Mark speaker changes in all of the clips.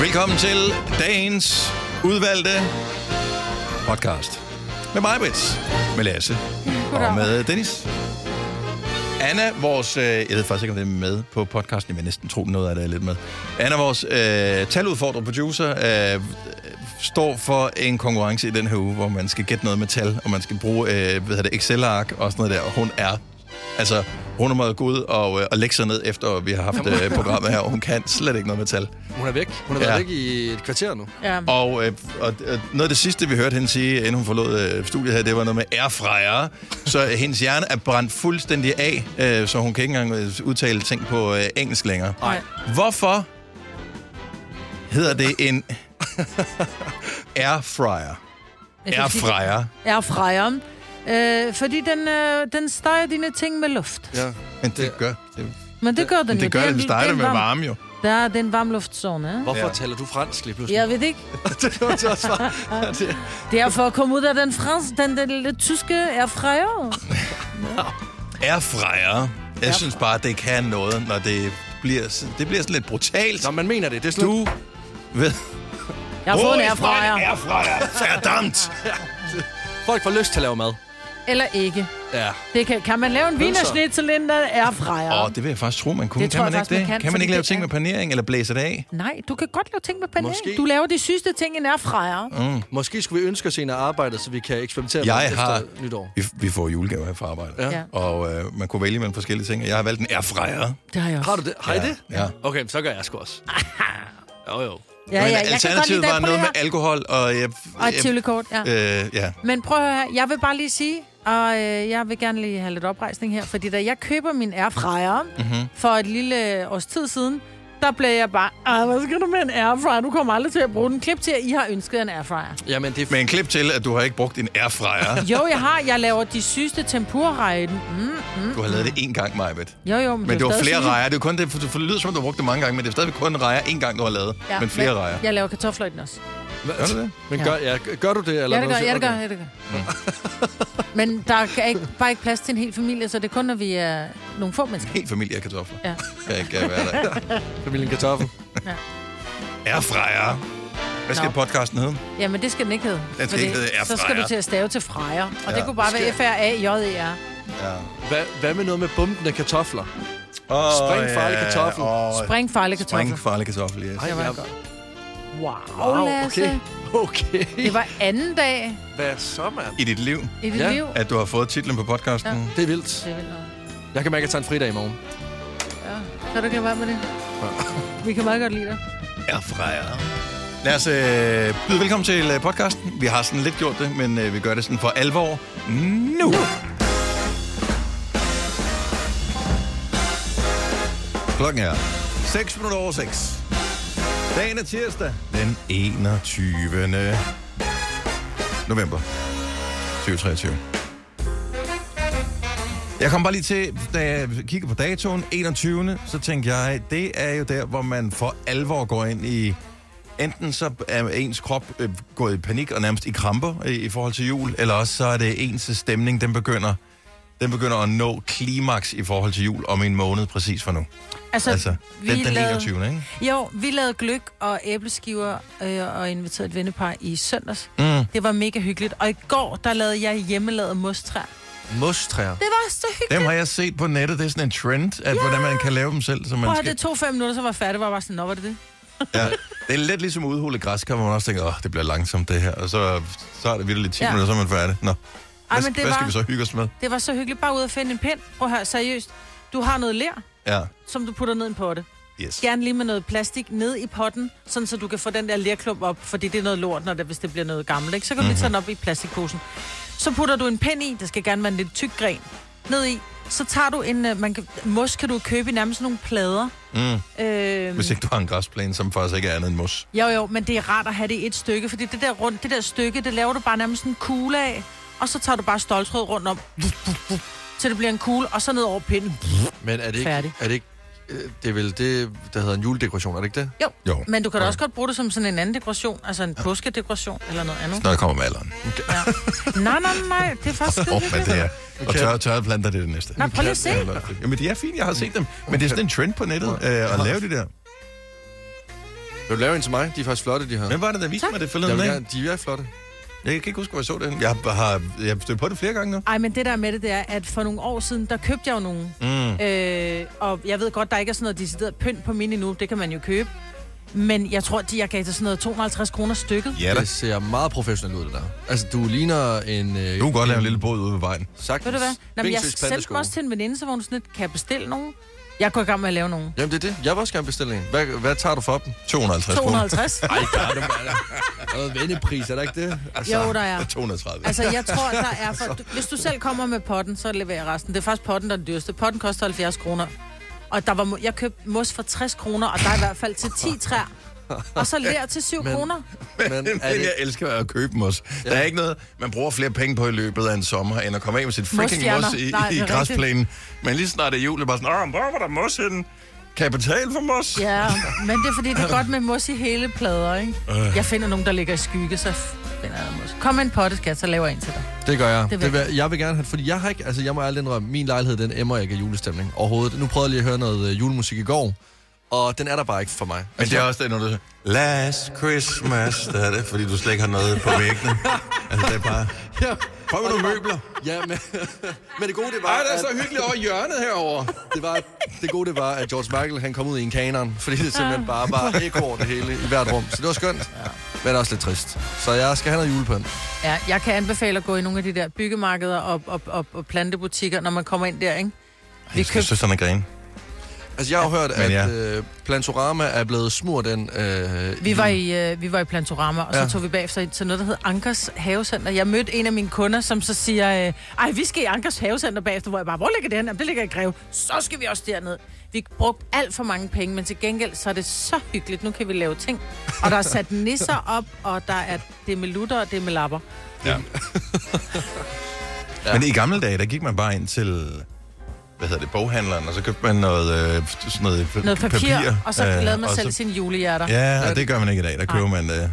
Speaker 1: Velkommen til dagens udvalgte podcast. Med mig, Brits, med Lasse og med Dennis. Anna, vores... øh, Jeg ved faktisk ikke, om det er med på podcasten. Jeg vil næsten tro, noget af det er lidt med. Anna, vores øh, taludfordrer producer, øh, står for en konkurrence i den her uge, hvor man skal gætte noget med tal, og man skal bruge øh, hvad hedder det, Excel-ark og sådan noget der. Og hun er altså, hun er meget god og, øh, og lægger sig ned efter, vi har haft øh, programmet her, og hun kan slet ikke noget med tal.
Speaker 2: Hun er væk. Hun har været
Speaker 1: Ja.
Speaker 2: væk i et kvarter nu.
Speaker 3: Ja.
Speaker 1: Og, øh, og øh, noget af det sidste, vi hørte hende sige, inden hun forlod øh, studiet her, det var noget med airfryer. Så øh, hendes hjerne er brændt fuldstændig af, øh, så hun kan ikke engang øh, udtale ting på øh, engelsk længere.
Speaker 3: Nej.
Speaker 1: Hvorfor hedder det en airfryer? Airfryer.
Speaker 3: Airfryer. Øh, fordi den, øh, den steger dine ting med luft.
Speaker 2: Ja.
Speaker 1: Men det gør det,
Speaker 3: Men det gør den
Speaker 1: men
Speaker 3: jo.
Speaker 1: det, gør,
Speaker 3: er
Speaker 1: det,
Speaker 3: en-
Speaker 1: det starter
Speaker 3: en
Speaker 1: med varme jo.
Speaker 3: Der er den varm luftzone. ikke?
Speaker 2: Hvorfor
Speaker 1: Ja.
Speaker 2: ja. taler du fransk lige pludselig?
Speaker 3: Jeg ved ikke.
Speaker 2: det var det også bare.
Speaker 3: Det er for at komme ud af den fransk, den, den, den tyske airfryer.
Speaker 1: Airfryer. Jeg synes bare, det kan noget, når det bliver, sådan- det bliver sådan lidt brutalt.
Speaker 2: Nå, man mener det. Det er sådan
Speaker 1: Du ved...
Speaker 3: Jeg har fået en
Speaker 1: Åh,
Speaker 3: airfryer.
Speaker 1: airfryer. Verdammt!
Speaker 2: Folk får lyst til at lave mad.
Speaker 3: Eller ikke.
Speaker 2: Ja.
Speaker 3: Det kan, kan man lave en
Speaker 2: Pølser.
Speaker 3: vinerschnitzelinde airfryer?
Speaker 1: Åh, oh, det vil jeg faktisk tro, man kunne.
Speaker 3: Det tror
Speaker 1: kan man
Speaker 3: jeg
Speaker 1: ikke
Speaker 3: faktisk,
Speaker 1: det?
Speaker 3: man kan,
Speaker 1: kan man
Speaker 3: fordi
Speaker 1: ikke lave
Speaker 3: det
Speaker 1: ting
Speaker 3: er-
Speaker 1: med panering eller blæse det af?
Speaker 3: Nej, du kan godt lave ting med panering.
Speaker 2: Måske.
Speaker 3: Du laver de sygeste ting i en airfryer. Mm.
Speaker 2: Måske skulle vi ønske os en af arbejdet, så vi kan eksperimentere med
Speaker 1: Jeg
Speaker 2: det
Speaker 1: har...
Speaker 2: efter nytår.
Speaker 1: Vi, vi får julegaver her fra arbejdet.
Speaker 2: Ja.
Speaker 3: Ja.
Speaker 1: Og øh, man kunne vælge mellem forskellige ting. og Jeg har valgt en airfryer.
Speaker 3: Det har jeg også.
Speaker 2: Har du det? Har I det?
Speaker 1: Ja.
Speaker 2: Okay, men så gør jeg sgu også. jo, jo.
Speaker 3: Ja, ja, jeg kan godt lide
Speaker 1: alternativet
Speaker 3: den.
Speaker 1: var
Speaker 3: Prøv
Speaker 1: noget med
Speaker 3: lige
Speaker 1: alkohol og... Jeg,
Speaker 3: her. Og et tivlikort, ja.
Speaker 1: øh, ja.
Speaker 3: Men prøv at høre, jeg vil bare lige sige, og øh, jeg vil gerne lige have lidt oprejsning her, fordi da jeg køber min airfryer
Speaker 1: Mhm.
Speaker 3: mm-hmm. for et lille års tid siden, der blev jeg bare, "Ej, hvad skal du med en airfryer? Du kommer aldrig til at bruge den. Klip til, at I har ønsket en airfryer.
Speaker 2: Jamen, det er...
Speaker 1: Men en klip til, at du har ikke brugt en airfryer.
Speaker 3: Jo, jeg har. Jeg laver de sygeste tempurrejer i den. Mm.
Speaker 1: Du har lavet det én gang, Majbet.
Speaker 3: Jo, jo, men,
Speaker 1: Men det
Speaker 3: er
Speaker 1: var
Speaker 3: stadig
Speaker 1: flere
Speaker 3: syge.
Speaker 1: rejer. Det, er jo kun det, for det lyder som, om du har brugt det mange gange, men det er stadigvæk kun rejer én gang, du har lavet. Ja, men flere rejer.
Speaker 3: Jeg laver kartofler i den også.
Speaker 1: Gør du det?
Speaker 2: Men gør, ja, gør du det? Eller
Speaker 3: Ja, det gør,
Speaker 2: noget?
Speaker 3: ja, det gør,
Speaker 2: Okay.
Speaker 3: ja, det gør. Men der er ikke, bare ikke plads til en hel familie, så det er kun, når vi er nogle få mennesker.
Speaker 1: Helt familie af kartofler.
Speaker 3: Ja.
Speaker 1: Kan ikke øh, være der.
Speaker 2: Familien Kartoffel.
Speaker 1: Airfryer. Hvad skal
Speaker 3: Nå.
Speaker 1: podcasten hedde?
Speaker 3: Jamen, det skal den ikke hedde.
Speaker 1: skal
Speaker 3: fordi
Speaker 1: ikke hedde
Speaker 3: Så
Speaker 1: airfryer.
Speaker 3: skal du til at stave til frejer. Og
Speaker 1: Ja.
Speaker 3: det kunne bare være F-R-A-J-E-R.
Speaker 1: Ja.
Speaker 2: Hvad, hvad med noget med bumpende kartofler?
Speaker 1: Oh,
Speaker 2: Spring farlig kartoffel.
Speaker 1: Oh,
Speaker 3: Spring farlig kartoffel.
Speaker 1: spring farlig kartoffel, yes.
Speaker 2: Ej,
Speaker 3: Det var
Speaker 2: jeg-
Speaker 3: godt. Wow,
Speaker 2: Wow,
Speaker 3: wow Lasse.
Speaker 2: okay.
Speaker 3: Okay.
Speaker 2: Okay.
Speaker 3: Det var anden dag
Speaker 2: Hvad så, mand?
Speaker 1: I dit liv,
Speaker 3: i dit
Speaker 2: Ja.
Speaker 3: ja. liv.
Speaker 1: at du har fået titlen på podcasten. Ja.
Speaker 2: Det er vildt.
Speaker 3: Det er vildt nok.
Speaker 2: Jeg kan mærke, at jeg tager en fridag i morgen.
Speaker 3: Ja. Kan du ikke lade være med det? Vi kan meget godt lide dig.
Speaker 1: Airfryer. Lad os øh, byde velkommen til øh, podcasten. Vi har sådan lidt gjort det, men øh, vi gør det sådan for alvor nu. Klokken er 6 minutter over 6. Dagen er tirsdag. Den 21. november 2023. Jeg kom bare lige til, da jeg kigger på datoen, 21. Så tænkte jeg, det er jo der, hvor man for alvor går ind i... Enten så er ens krop øh, gået i panik og nærmest i kramper øh, i forhold til jul, eller også så er det ens stemning, den begynder, den begynder at nå klimaks i forhold til jul om en måned præcis for nu.
Speaker 3: Altså,
Speaker 1: Altså,
Speaker 3: vi
Speaker 1: den, den
Speaker 3: lavede-
Speaker 1: 21. ikke?
Speaker 3: Jo, vi lavede gløk og æbleskiver øh, og inviterede et vennepar i søndags.
Speaker 1: Mm.
Speaker 3: Det var mega hyggeligt. Og i går, der lavede jeg hjemmelavet mostræer.
Speaker 2: Mostræer.
Speaker 3: Det var så hyggeligt.
Speaker 1: Dem har jeg set på nettet, det er sådan en trend, at ja! hvordan man kan lave dem selv. Så man
Speaker 3: Prøv, at
Speaker 1: skal...
Speaker 3: det tog fem minutter, så var jeg færdig. Var jeg bare sådan, nå, var det det?
Speaker 1: Ja, det er lidt ligesom at udhule græskar, hvor man også tænker, åh, det bliver langsomt det her, og så, så er det vildt lidt 10 ja.
Speaker 3: Ja.
Speaker 1: minutter, så er man færdig. Nå,
Speaker 3: Ej,
Speaker 1: hvad,
Speaker 3: men det
Speaker 1: hvad
Speaker 3: var,
Speaker 1: skal vi så hygge os med?
Speaker 3: det var så hyggeligt. Bare ud og finde en pind. Prøv at høre, seriøst. Du har noget ler,
Speaker 1: Ja,
Speaker 3: som du putter ned i en potte.
Speaker 1: yes.
Speaker 3: Gerne lige med noget plastik ned i potten, sådan så du kan få den der lerklump op, fordi det er noget lort, når det, hvis det bliver noget gammelt. Ikke? Så kan du
Speaker 2: Mhm.
Speaker 3: lige tage den op i plastikposen. Så putter du en pind i, det skal gerne være en lidt tyk gren, ned i. Så tager du en, øh, man kan, mos kan du købe i nærmest nogle plader. Mm. Øh,
Speaker 1: Hvis ikke du har en græsplæne, som faktisk ikke er andet end mos.
Speaker 3: Jo, jo, men det er rart at have det i et stykke, fordi det der, rundt, det der stykke, det laver du bare nærmest en kugle af, og så tager du bare stoltråd rundt om, så det bliver en kugle, og så ned over pinden.
Speaker 2: Men er det ikke...
Speaker 3: Færdig.
Speaker 2: Er det ikke øh, det er vel det, der hedder en juledekoration, er det ikke det?
Speaker 3: Jo.
Speaker 1: Jo.
Speaker 3: men du kan da også godt bruge det som sådan en anden dekoration, altså en påskedekoration eller noget andet.
Speaker 1: Når jeg kommer med alderen.
Speaker 3: Ja. nej, nej, nej, det er faktisk
Speaker 1: Åh, oh,
Speaker 3: det.
Speaker 1: men det er. Og tørre, tørre planter, det er det næste.
Speaker 3: Nej, prøv lige at se.
Speaker 1: Jamen, de er fine, jeg har set dem. Men det er sådan en trend på nettet, øh, at lave det der.
Speaker 2: Vil du lave en til mig? De er faktisk flotte, de her.
Speaker 1: Hvem var det, der viste
Speaker 3: Tak.
Speaker 1: mig det
Speaker 2: Jeg
Speaker 1: forleden
Speaker 2: vil
Speaker 1: dag?
Speaker 2: gerne, de er flotte.
Speaker 1: Jeg kan ikke huske, hvor jeg så det. henne. Jeg har, jeg har stødt på det flere gange nu.
Speaker 3: Ej, men det der er med det, det er, at for nogle år siden, der købte jeg jo nogle. Mm. Øh, og jeg ved godt, der ikke er sådan noget decideret pynt på mine nu. Det kan man jo købe. Men jeg tror, de jeg gav til sådan noget 250 kroner stykket.
Speaker 1: Ja da.
Speaker 2: Det ser meget professionelt ud, det der. Altså, du ligner en... Øh,
Speaker 1: Du kan godt lave en lille båd ude ved vejen.
Speaker 2: Sagtens.
Speaker 3: Ved du hvad? Nå, men jeg
Speaker 2: Vingsøs
Speaker 3: sendte
Speaker 2: plantesko.
Speaker 3: dem også til en veninde, så var hun sådan lidt, kan jeg bestille nogen? Jeg går i gang med at lave nogen.
Speaker 2: Jamen, det er det. Jeg vil også gerne bestille en. Hvad, hvad tager du for dem?
Speaker 1: 250 kroner.
Speaker 3: 250?
Speaker 2: Ej, der er der noget vendepris, er der ikke det? Altså,
Speaker 3: jo, der er.
Speaker 1: 230.
Speaker 3: Altså, jeg tror, der er for... Du, hvis du selv kommer med potten, så leverer jeg resten. Det er faktisk potten, der er den dyreste. Potten koster 70 kroner. Og der var, mo- jeg købte mos for 60 kroner, og der er i hvert fald til 10 træer. Og så lær til 7
Speaker 2: Men-
Speaker 3: kroner.
Speaker 2: men
Speaker 1: Men
Speaker 2: er det,
Speaker 1: jeg elsker at købe dem også. Ja. Der er ikke noget, man bruger flere penge på i løbet af en sommer, end at komme af med sit freaking
Speaker 3: Mosstjerner.
Speaker 1: mos i,
Speaker 3: Nej,
Speaker 1: i
Speaker 3: det er
Speaker 1: græsplænen. Men lige snart er jul, er bare sådan, Åh, hvor var der mos henne? Kan jeg betale for mos? Ja.
Speaker 3: Ja, men det er fordi, det er godt med mos i hele plader, ikke? Jeg finder nogen, der ligger i skygge, så finder jeg mos. Kom med en potte, skat, så laver jeg en til dig.
Speaker 2: det gør jeg.
Speaker 3: Det
Speaker 2: Det
Speaker 3: vil
Speaker 2: vil, jeg vil gerne have, fordi jeg har ikke, altså jeg må ærligt indrømme, min lejlighed, den emmer ikke af julestemning overhovedet. Nu prøvede jeg lige at høre noget øh, julemusik i går, og den er der bare ikke for mig. Altså,
Speaker 1: Men det er også det, når du siger, last Christmas, der er det, fordi du slet ikke har noget på væggene. altså, det er bare,
Speaker 2: Ja,
Speaker 1: prøv med nogle møbler.
Speaker 2: ja men, men, det gode, det var,
Speaker 1: Ej, det er så hyggeligt over i hjørnet herovre.
Speaker 2: det, var, det gode, det var, at George Michael, han kom ud i en kanon, fordi det
Speaker 3: Ah.
Speaker 2: simpelthen bare var ekko over det hele i hvert rum. Så det var skønt, ja. men også lidt trist. Så jeg skal have noget julepønt.
Speaker 3: Ja, jeg kan anbefale at gå i nogle af de der byggemarkeder og, og, og, og plantebutikker, når man kommer ind der, ikke? Vi
Speaker 1: Jeg synes,
Speaker 3: købte...
Speaker 1: sådan er grin.
Speaker 2: Altså, jeg har jo hørt, at
Speaker 1: ja.
Speaker 2: ja. øh, Plantorama er blevet smurt den... Øh,
Speaker 3: Vi var, i, øh, vi var i Plantorama, og så ja.
Speaker 2: Ja.
Speaker 3: tog vi bagefter ind til noget, der hed Ankers Havecenter. Jeg mødte en af mine kunder, som så siger, øh, ej, vi skal i Ankers Havecenter bagefter, hvor jeg bare, hvor ligger det henne? Jamen, det ligger i Greve. Så skal vi også derned. Vi brugte alt for mange penge, men til gengæld, så er det så hyggeligt. Nu kan vi lave ting. Og der er sat nisser op, og der er, det er med lutter, og det er med lapper.
Speaker 1: Ja. Men i gamle dage, der gik man bare ind til hvad hedder det, boghandleren, og så købte man noget, øh, sådan noget, p-
Speaker 3: Noget papir, papir og så
Speaker 1: øh,
Speaker 3: lavede man
Speaker 1: og
Speaker 3: selv
Speaker 1: så-
Speaker 3: sine julehjerter.
Speaker 1: Ja, og det gør man ikke i dag. Der køber man... Øh,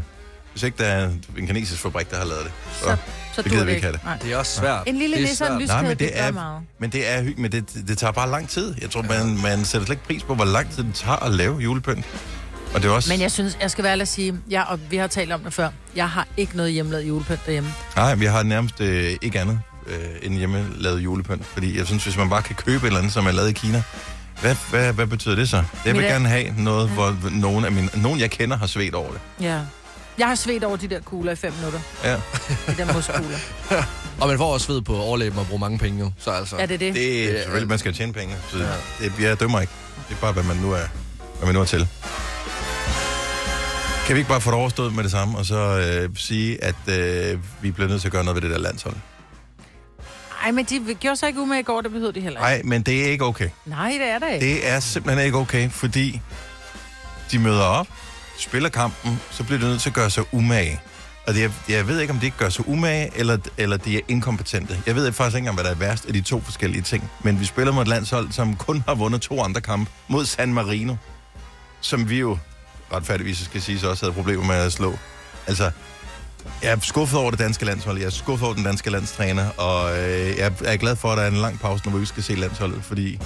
Speaker 1: hvis ikke der er en kinesisk fabrik, der har lavet det. Så,
Speaker 3: så, så
Speaker 1: det
Speaker 3: dur
Speaker 1: gider vi ikke have det.
Speaker 3: Nej.
Speaker 2: Det er også svært.
Speaker 3: En lille
Speaker 2: Det er
Speaker 3: nisse og en
Speaker 2: svært.
Speaker 3: lyskæde,
Speaker 1: Nej, men
Speaker 3: det
Speaker 1: det
Speaker 3: gør
Speaker 1: er,
Speaker 3: meget.
Speaker 1: men det er hyggeligt, men det, det, det tager bare lang tid. Jeg tror, man, man sætter slet ikke pris på, hvor lang tid det tager at lave julepynt. Og det er også...
Speaker 3: Men jeg synes, jeg skal være ærlig at sige, jeg, og vi har talt om det før, jeg har ikke noget hjemmelavet julepynt derhjemme.
Speaker 1: Nej, vi har nærmest øh, ikke andet øh, end hjemmelavet julepynt. Fordi jeg synes, hvis man bare kan købe et eller andet, som er lavet i Kina, hvad, hvad, hvad betyder det så? Jeg vil
Speaker 3: Mit-
Speaker 1: gerne have noget, hvor nogen, af mine, nogen jeg kender har svedt over det.
Speaker 3: Ja. Jeg har svedt over de der kugler i fem minutter.
Speaker 1: Ja,
Speaker 3: De der moskugler.
Speaker 2: Og man får også sved på overlæben og bruger mange penge jo. Så altså...
Speaker 3: Er det det? det...
Speaker 1: det er selvfølgelig, man skal tjene penge. Så det, jeg dømmer ikke. Det er bare, hvad man nu er, hvad man nu er til. Kan vi ikke bare få det overstået med det samme, og så øh, sige, at øh, vi bliver nødt til at gøre noget ved det der landshold?
Speaker 3: Ej, men de gjorde sig ikke umage i går, det behøvede de heller ikke.
Speaker 1: Nej, men det er ikke okay.
Speaker 3: Nej, det er der ikke.
Speaker 1: Det er simpelthen ikke okay, fordi de møder op, spiller kampen, så bliver de nødt til at gøre sig umage. Og det, jeg, jeg ved ikke, om de ikke gør sig umage, eller, eller de er inkompetente. Jeg ved faktisk ikke engang, hvad der er værst af de to forskellige ting. Men vi spiller mod et landshold, som kun har vundet to andre kampe mod San Marino, som vi jo retfærdigvis skal sige, så også havde problemer med at slå. Altså, jeg er skuffet over det danske landshold, jeg er skuffet over den danske landstræner, og øh, jeg er glad for, at der er en lang pause, når vi skal se landsholdet, fordi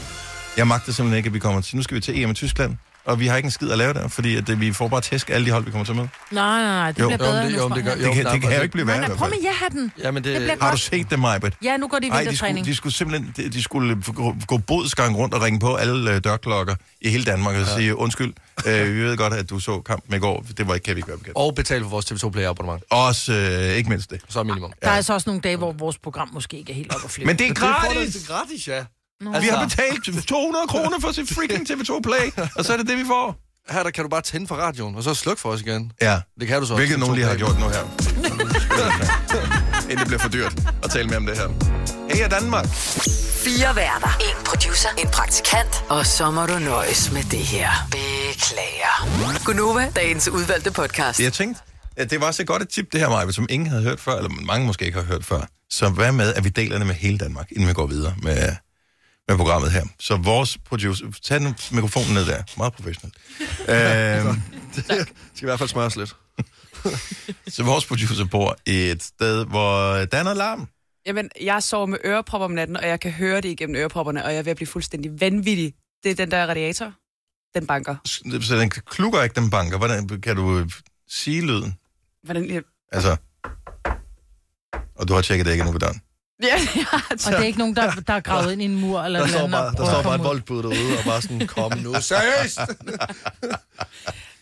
Speaker 1: jeg magter simpelthen ikke, at vi kommer til. Nu skal vi til EM i Tyskland, og vi har ikke en skid at lave der, fordi at, øh, vi får bare tæsk af alle de hold, vi kommer til med. Det
Speaker 3: Nej, nej, nej, det
Speaker 1: Jo,
Speaker 3: bliver
Speaker 2: jo,
Speaker 3: bedre,
Speaker 2: det-
Speaker 3: nu,
Speaker 2: jo,
Speaker 3: tror
Speaker 2: det gør-
Speaker 3: jeg.
Speaker 1: kan, det kan
Speaker 2: nej,
Speaker 1: jo ikke blive værre
Speaker 3: Nej,
Speaker 1: i
Speaker 3: nej,
Speaker 1: hvert
Speaker 3: prøv
Speaker 1: fald.
Speaker 3: med ja-hatten.
Speaker 2: Jamen, det...
Speaker 3: Det bliver
Speaker 1: Har du set det, Majbet?
Speaker 3: Ja, nu går de i
Speaker 1: Nej, de skulle,
Speaker 3: vintertræning.
Speaker 1: de skulle simpelthen de, de skulle gå, gå bodsgang rundt og ringe på alle øh, dørklokker i hele Danmark og sige, undskyld, øh, vi ved godt, at du så kampen i går. Det var ikke, kan vi ikke være bekendt.
Speaker 2: Og betale for vores TV2 Play abonnement.
Speaker 1: Også øh, ikke mindst det.
Speaker 2: Så er minimum.
Speaker 3: Der er altså også nogle dage, hvor vores program måske ikke er helt op at flyve.
Speaker 1: Men det er gratis!
Speaker 2: Det er gratis, ja. Altså-
Speaker 1: Vi har betalt 200 kroner for sit freaking TV2 Play, og så er det det, vi får.
Speaker 2: Her der kan du bare tænde for radioen, og så slukke for os igen.
Speaker 1: Ja,
Speaker 2: Det kan du så også.
Speaker 1: hvilket
Speaker 2: TV2
Speaker 1: nogen lige har
Speaker 2: Play.
Speaker 1: gjort nu her. Inden det bliver for dyrt at tale mere om det her. Hey, er Danmark.
Speaker 4: Fire værter. En producer. En praktikant. Og så må du nøjes med det her. Beklager. Gunova, dagens udvalgte podcast.
Speaker 1: Jeg tænkte, at det var så godt et tip, det her, Maja, som ingen havde hørt før, eller mange måske ikke har hørt før. Så hvad med, at vi deler det med hele Danmark, inden vi går videre med, med programmet her. Så vores producer... Tag den mikrofonen ned der. Meget professionelt. øhm,
Speaker 2: Det skal i hvert fald smøres lidt.
Speaker 1: så vores producer bor et sted, hvor der er noget larm.
Speaker 5: Jamen, jeg sover med ørepropper om natten, og jeg kan høre det igennem ørepropperne, og jeg er ved at blive fuldstændig vanvittig. Det er den der radiator. Den banker.
Speaker 1: Så den klukker ikke, den banker. Hvordan kan du øh, sige lyden?
Speaker 5: Hvordan, ja,
Speaker 1: Altså... Og du har tjekket det ikke endnu på døren.
Speaker 5: ja,
Speaker 3: Og det er ikke nogen, der, der er gravet ind i en mur eller
Speaker 2: Der
Speaker 3: noget
Speaker 2: står
Speaker 3: andet.
Speaker 2: bare,
Speaker 3: og
Speaker 2: der
Speaker 3: prøver
Speaker 2: står
Speaker 3: at
Speaker 2: bare
Speaker 3: komme ud.
Speaker 2: et boldbud derude, og bare sådan, kom nu, seriøst!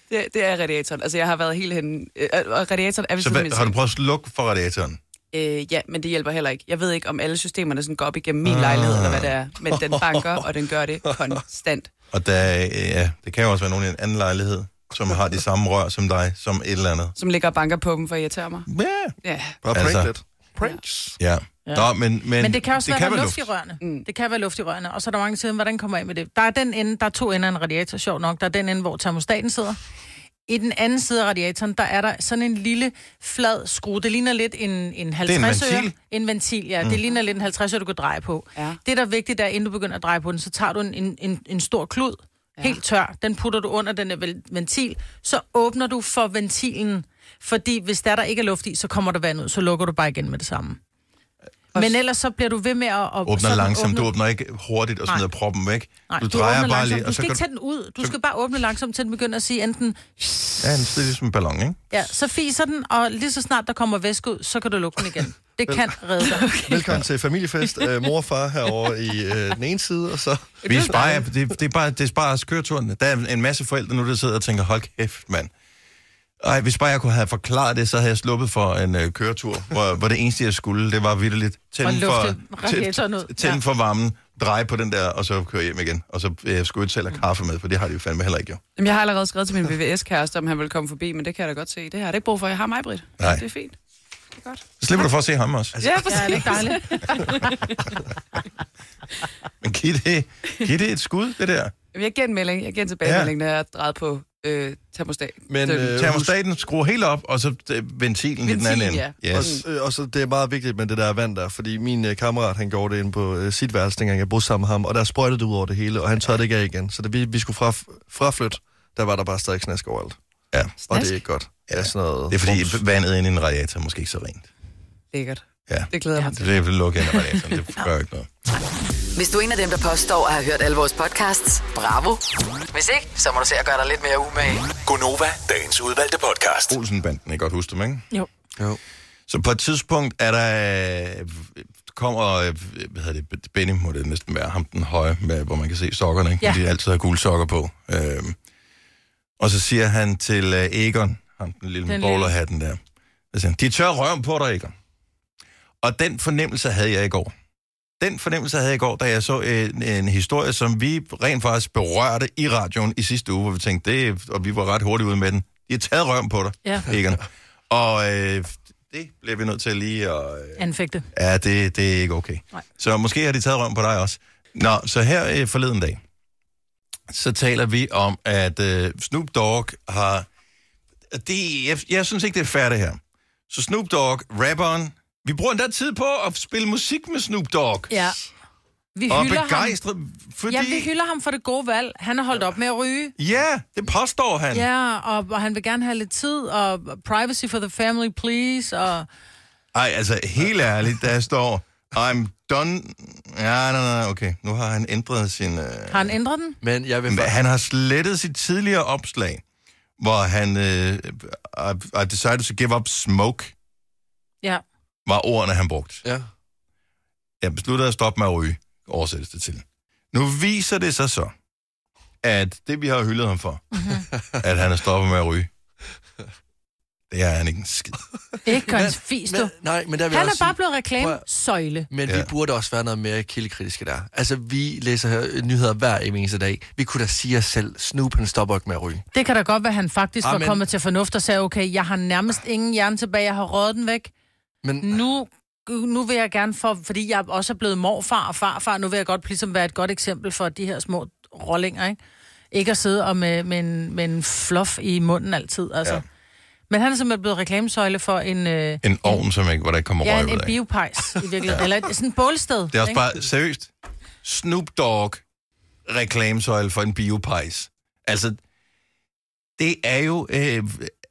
Speaker 5: det, det er radiatoren. Altså, jeg har været helt hen... Øh, og radiatoren er ved
Speaker 1: Så
Speaker 5: siden af
Speaker 1: hvad,
Speaker 5: min
Speaker 1: har du
Speaker 5: seng.
Speaker 1: prøvet at slukke for radiatoren?
Speaker 5: Øh, ja, men det hjælper heller ikke. Jeg ved ikke, om alle systemerne sådan går op igennem min lejlighed, eller hvad det er. Men den banker, og den gør det konstant.
Speaker 1: Og der, øh, ja, det kan jo også være nogen i en anden lejlighed, som har de samme rør som dig, som et eller andet.
Speaker 5: Som ligger og banker på dem for at irritere mig.
Speaker 1: Ja.
Speaker 5: Ja,
Speaker 2: Bare prank
Speaker 1: Altså.
Speaker 2: lidt. Pranks.
Speaker 1: Ja. Nå, men, men,
Speaker 3: Men det kan også det være, kan der er luft i
Speaker 1: luft.
Speaker 3: rørene. Mm. Det kan være luft i rørene. Og så er der mange sider, hvordan kommer jeg af med det? Der er den ende, der er to ender af en radiator, sjov nok. Der er den ende, hvor termostaten sidder. I den anden side af radiatoren, der er der sådan en lille flad skrue. Det ligner lidt en, en 50
Speaker 1: ventil.
Speaker 3: En ventil, ja. Mm. Det ligner lidt en 50 øre, du kan dreje på.
Speaker 5: Ja.
Speaker 3: Det, der er vigtigt, er, inden du begynder at dreje på den, så tager du en, en, en, en stor klud, ja. helt tør. Den putter du under den her vel- ventil. Så åbner du for ventilen. Fordi hvis der, der ikke er luft i, så kommer der vand ud. Så lukker du bare igen med det samme. Men ellers så bliver du ved med at... at
Speaker 1: Åbner
Speaker 3: sådan
Speaker 1: langsomt.
Speaker 3: åbne-
Speaker 1: Du åbner ikke hurtigt og smider
Speaker 3: Nej.
Speaker 1: proppen væk.
Speaker 3: Nej,
Speaker 1: du drejer
Speaker 3: åbner
Speaker 1: bare
Speaker 3: langsomt.
Speaker 1: lige,
Speaker 3: Du
Speaker 1: og så
Speaker 3: skal
Speaker 1: kan
Speaker 3: ikke
Speaker 1: du...
Speaker 3: tage den ud. Du skal bare åbne langsomt, til den begynder at sige enten...
Speaker 1: Ja, det er ligesom en ballon, ikke?
Speaker 3: Ja, så fiser den, og lige så snart der kommer væske ud, så kan du lukke den igen. Det kan redde dig.
Speaker 2: Velkommen til familiefest. Øh, mor og far herovre i øh, den ene side, og så...
Speaker 1: Vi sparer, det, det, er bare, det sparer os køreturen. Der er en masse forældre nu, der sidder og tænker, hold kæft, mand. Ej, hvis bare jeg kunne have forklaret det, så havde jeg sluppet for en øh, køretur, hvor, hvor det eneste, jeg skulle, det var vidderligt
Speaker 3: Og
Speaker 1: tænde for,
Speaker 3: lufte radiatoren ud.
Speaker 1: tænd, tænd
Speaker 3: Ja.
Speaker 1: for varmen, dreje på den der, og så køre hjem igen. Og så øh, skulle jeg selv have kaffe med, for det har de jo fandme heller ikke jo.
Speaker 5: Jamen, jeg har allerede skrevet til min VVS-kæreste, om han vil komme forbi, men det kan jeg da godt se. Det har jeg da ikke brug for. Jeg har mig, Britt.
Speaker 1: Nej. Altså.
Speaker 5: Det er fint. Det er godt.
Speaker 1: Så slipper du for at se ham også.
Speaker 5: Ja,
Speaker 3: Ja, det er lidt dejligt.
Speaker 1: Men giv det, giv det et skud, det der.
Speaker 5: Jamen, Jeg giver en melding. Jeg giver en tilbagemelding, ja. når jeg er drejet på øh, termostat.
Speaker 2: Men,
Speaker 5: Den-
Speaker 2: øh,
Speaker 1: Termostaten skruer helt op, og så øh, ventilen i den anden
Speaker 5: Ventilen,
Speaker 1: ende.
Speaker 5: ja.
Speaker 1: Yes.
Speaker 2: Og, øh, og så det er meget vigtigt med det der vand der, fordi min øh, kammerat, han gjorde det inde på øh, sit værelse, dengang jeg boede sammen med ham, og der sprøjtede det ud over det hele, og han tørrede det ikke af igen. Så da vi, vi skulle fra, fraflytte, der var der bare stadig snask overalt.
Speaker 1: Ja.
Speaker 2: Og det
Speaker 5: Snask?
Speaker 2: er ikke godt. Ja, sådan noget.
Speaker 1: Det er
Speaker 2: Rums.
Speaker 1: fordi vandet inde i en radiator er måske ikke så rent.
Speaker 5: Lækkert.
Speaker 1: Ja.
Speaker 5: Det glæder jeg mig til.
Speaker 1: Det er vel lukket ind af radiatoren, det gør ikke noget.
Speaker 4: Hvis du er en af dem, der påstår at have hørt alle vores podcasts, bravo. Hvis ikke, så må du se at gøre dig lidt mere umage.
Speaker 6: Gunova, dagens udvalgte podcast.
Speaker 1: Olsenbanden, jeg kan godt huske dem, ikke?
Speaker 3: Jo.
Speaker 2: Jo.
Speaker 1: Så på et tidspunkt er der... øh, Kommer, øh, hvad hedder det, Benny må det næsten være, ham den høje, med, hvor man kan se sokkerne, ikke?
Speaker 3: Ja.
Speaker 1: Ja. De altid har gule sokker på. Øhm. Og så siger han til øh, Egon, ham den lille
Speaker 3: Den
Speaker 1: med bowlerhatten der, så siger han, de tør røven på dig, Egon. Og den fornemmelse havde jeg i går. Den fornemmelse havde jeg i går, da jeg så øh, en, en historie, som vi rent faktisk berørte i radioen i sidste uge, hvor vi tænkte, det, og vi var ret hurtigt ude med den. De har taget røven på dig,
Speaker 3: Ja.
Speaker 1: Egon. Og øh, det bliver vi nødt til lige at... Øh,
Speaker 3: Anfægte.
Speaker 1: ja, det, det er ikke okay.
Speaker 3: Nej.
Speaker 1: Så måske har de taget røven på dig også. Nå, så her øh, forleden dag, så taler vi om, at øh, Snoop Dogg har... Det, jeg, jeg synes ikke, det er færdigt her. Så Snoop Dogg, rapperen... Vi bruger endda tid på at spille musik med Snoop Dogg.
Speaker 3: Ja. Vi
Speaker 1: og
Speaker 3: hylder ham.
Speaker 1: begejstret, fordi...
Speaker 3: Ja, vi hylder ham for det gode valg. Han har holdt op med at ryge.
Speaker 1: ja, det påstår han.
Speaker 3: Ja, og, og han vil gerne have lidt tid, og privacy for the family, please, og...
Speaker 1: Ej, altså helt ærligt, der står, I'm done. Ja, nej, nej, okay. Nu har han ændret sin... Øh...
Speaker 3: Har han ændret den?
Speaker 2: Men jeg vil
Speaker 1: Men
Speaker 2: bare...
Speaker 1: Han har slettet sit tidligere opslag, hvor han... Øh, I, I decided to give up smoke,
Speaker 3: Ja.
Speaker 1: var ordene, han brugte.
Speaker 2: Ja.
Speaker 1: Jeg besluttede at stoppe med at ryge, oversættes det til. Nu viser det sig så, at det, vi har hyldet ham for,
Speaker 3: Mhm.
Speaker 1: at han er stoppet med at ryge, det er han ikke en skid.
Speaker 3: Ikke gør hans fis, du.
Speaker 2: Men, nej, men der vil jeg
Speaker 3: Han er
Speaker 2: også
Speaker 3: bare
Speaker 2: sige,
Speaker 3: blevet
Speaker 2: Prøv at-
Speaker 3: reklamesøjle.
Speaker 2: men
Speaker 1: Ja.
Speaker 2: vi burde også være noget mere kildekritiske der. Altså, vi læser her, nyheder hver eneste dag. Vi kunne da sige os selv, Snoop han stopper ikke med at ryge.
Speaker 3: Det kan da godt være, at han faktisk var
Speaker 2: Amen.
Speaker 3: kommet til fornuft og sagde, okay, jeg har nærmest ingen hjerne tilbage, jeg har røget den væk.
Speaker 2: Men
Speaker 3: Nu, nu vil jeg gerne, for, fordi jeg også er blevet morfar og farfar, nu vil jeg godt ligesom være et godt eksempel for de her små rollinger, ikke? Ikke at sidde og med, med, en, med en fluff i munden altid, altså.
Speaker 1: Ja.
Speaker 3: Ja. Men han er simpelthen blevet reklamesøjle for en, øh,
Speaker 1: En ovn, som ikke, hvor der ikke kommer
Speaker 3: ja,
Speaker 1: røg
Speaker 3: en,
Speaker 1: ud
Speaker 3: en
Speaker 1: af.
Speaker 3: biopejs i virkeligheden. ja. Eller et- sådan et bålsted.
Speaker 1: Det er også
Speaker 3: ikke?
Speaker 1: bare, seriøst, Snoop Dogg reklamesøjle for en biopejs. Altså, det er jo... Øh,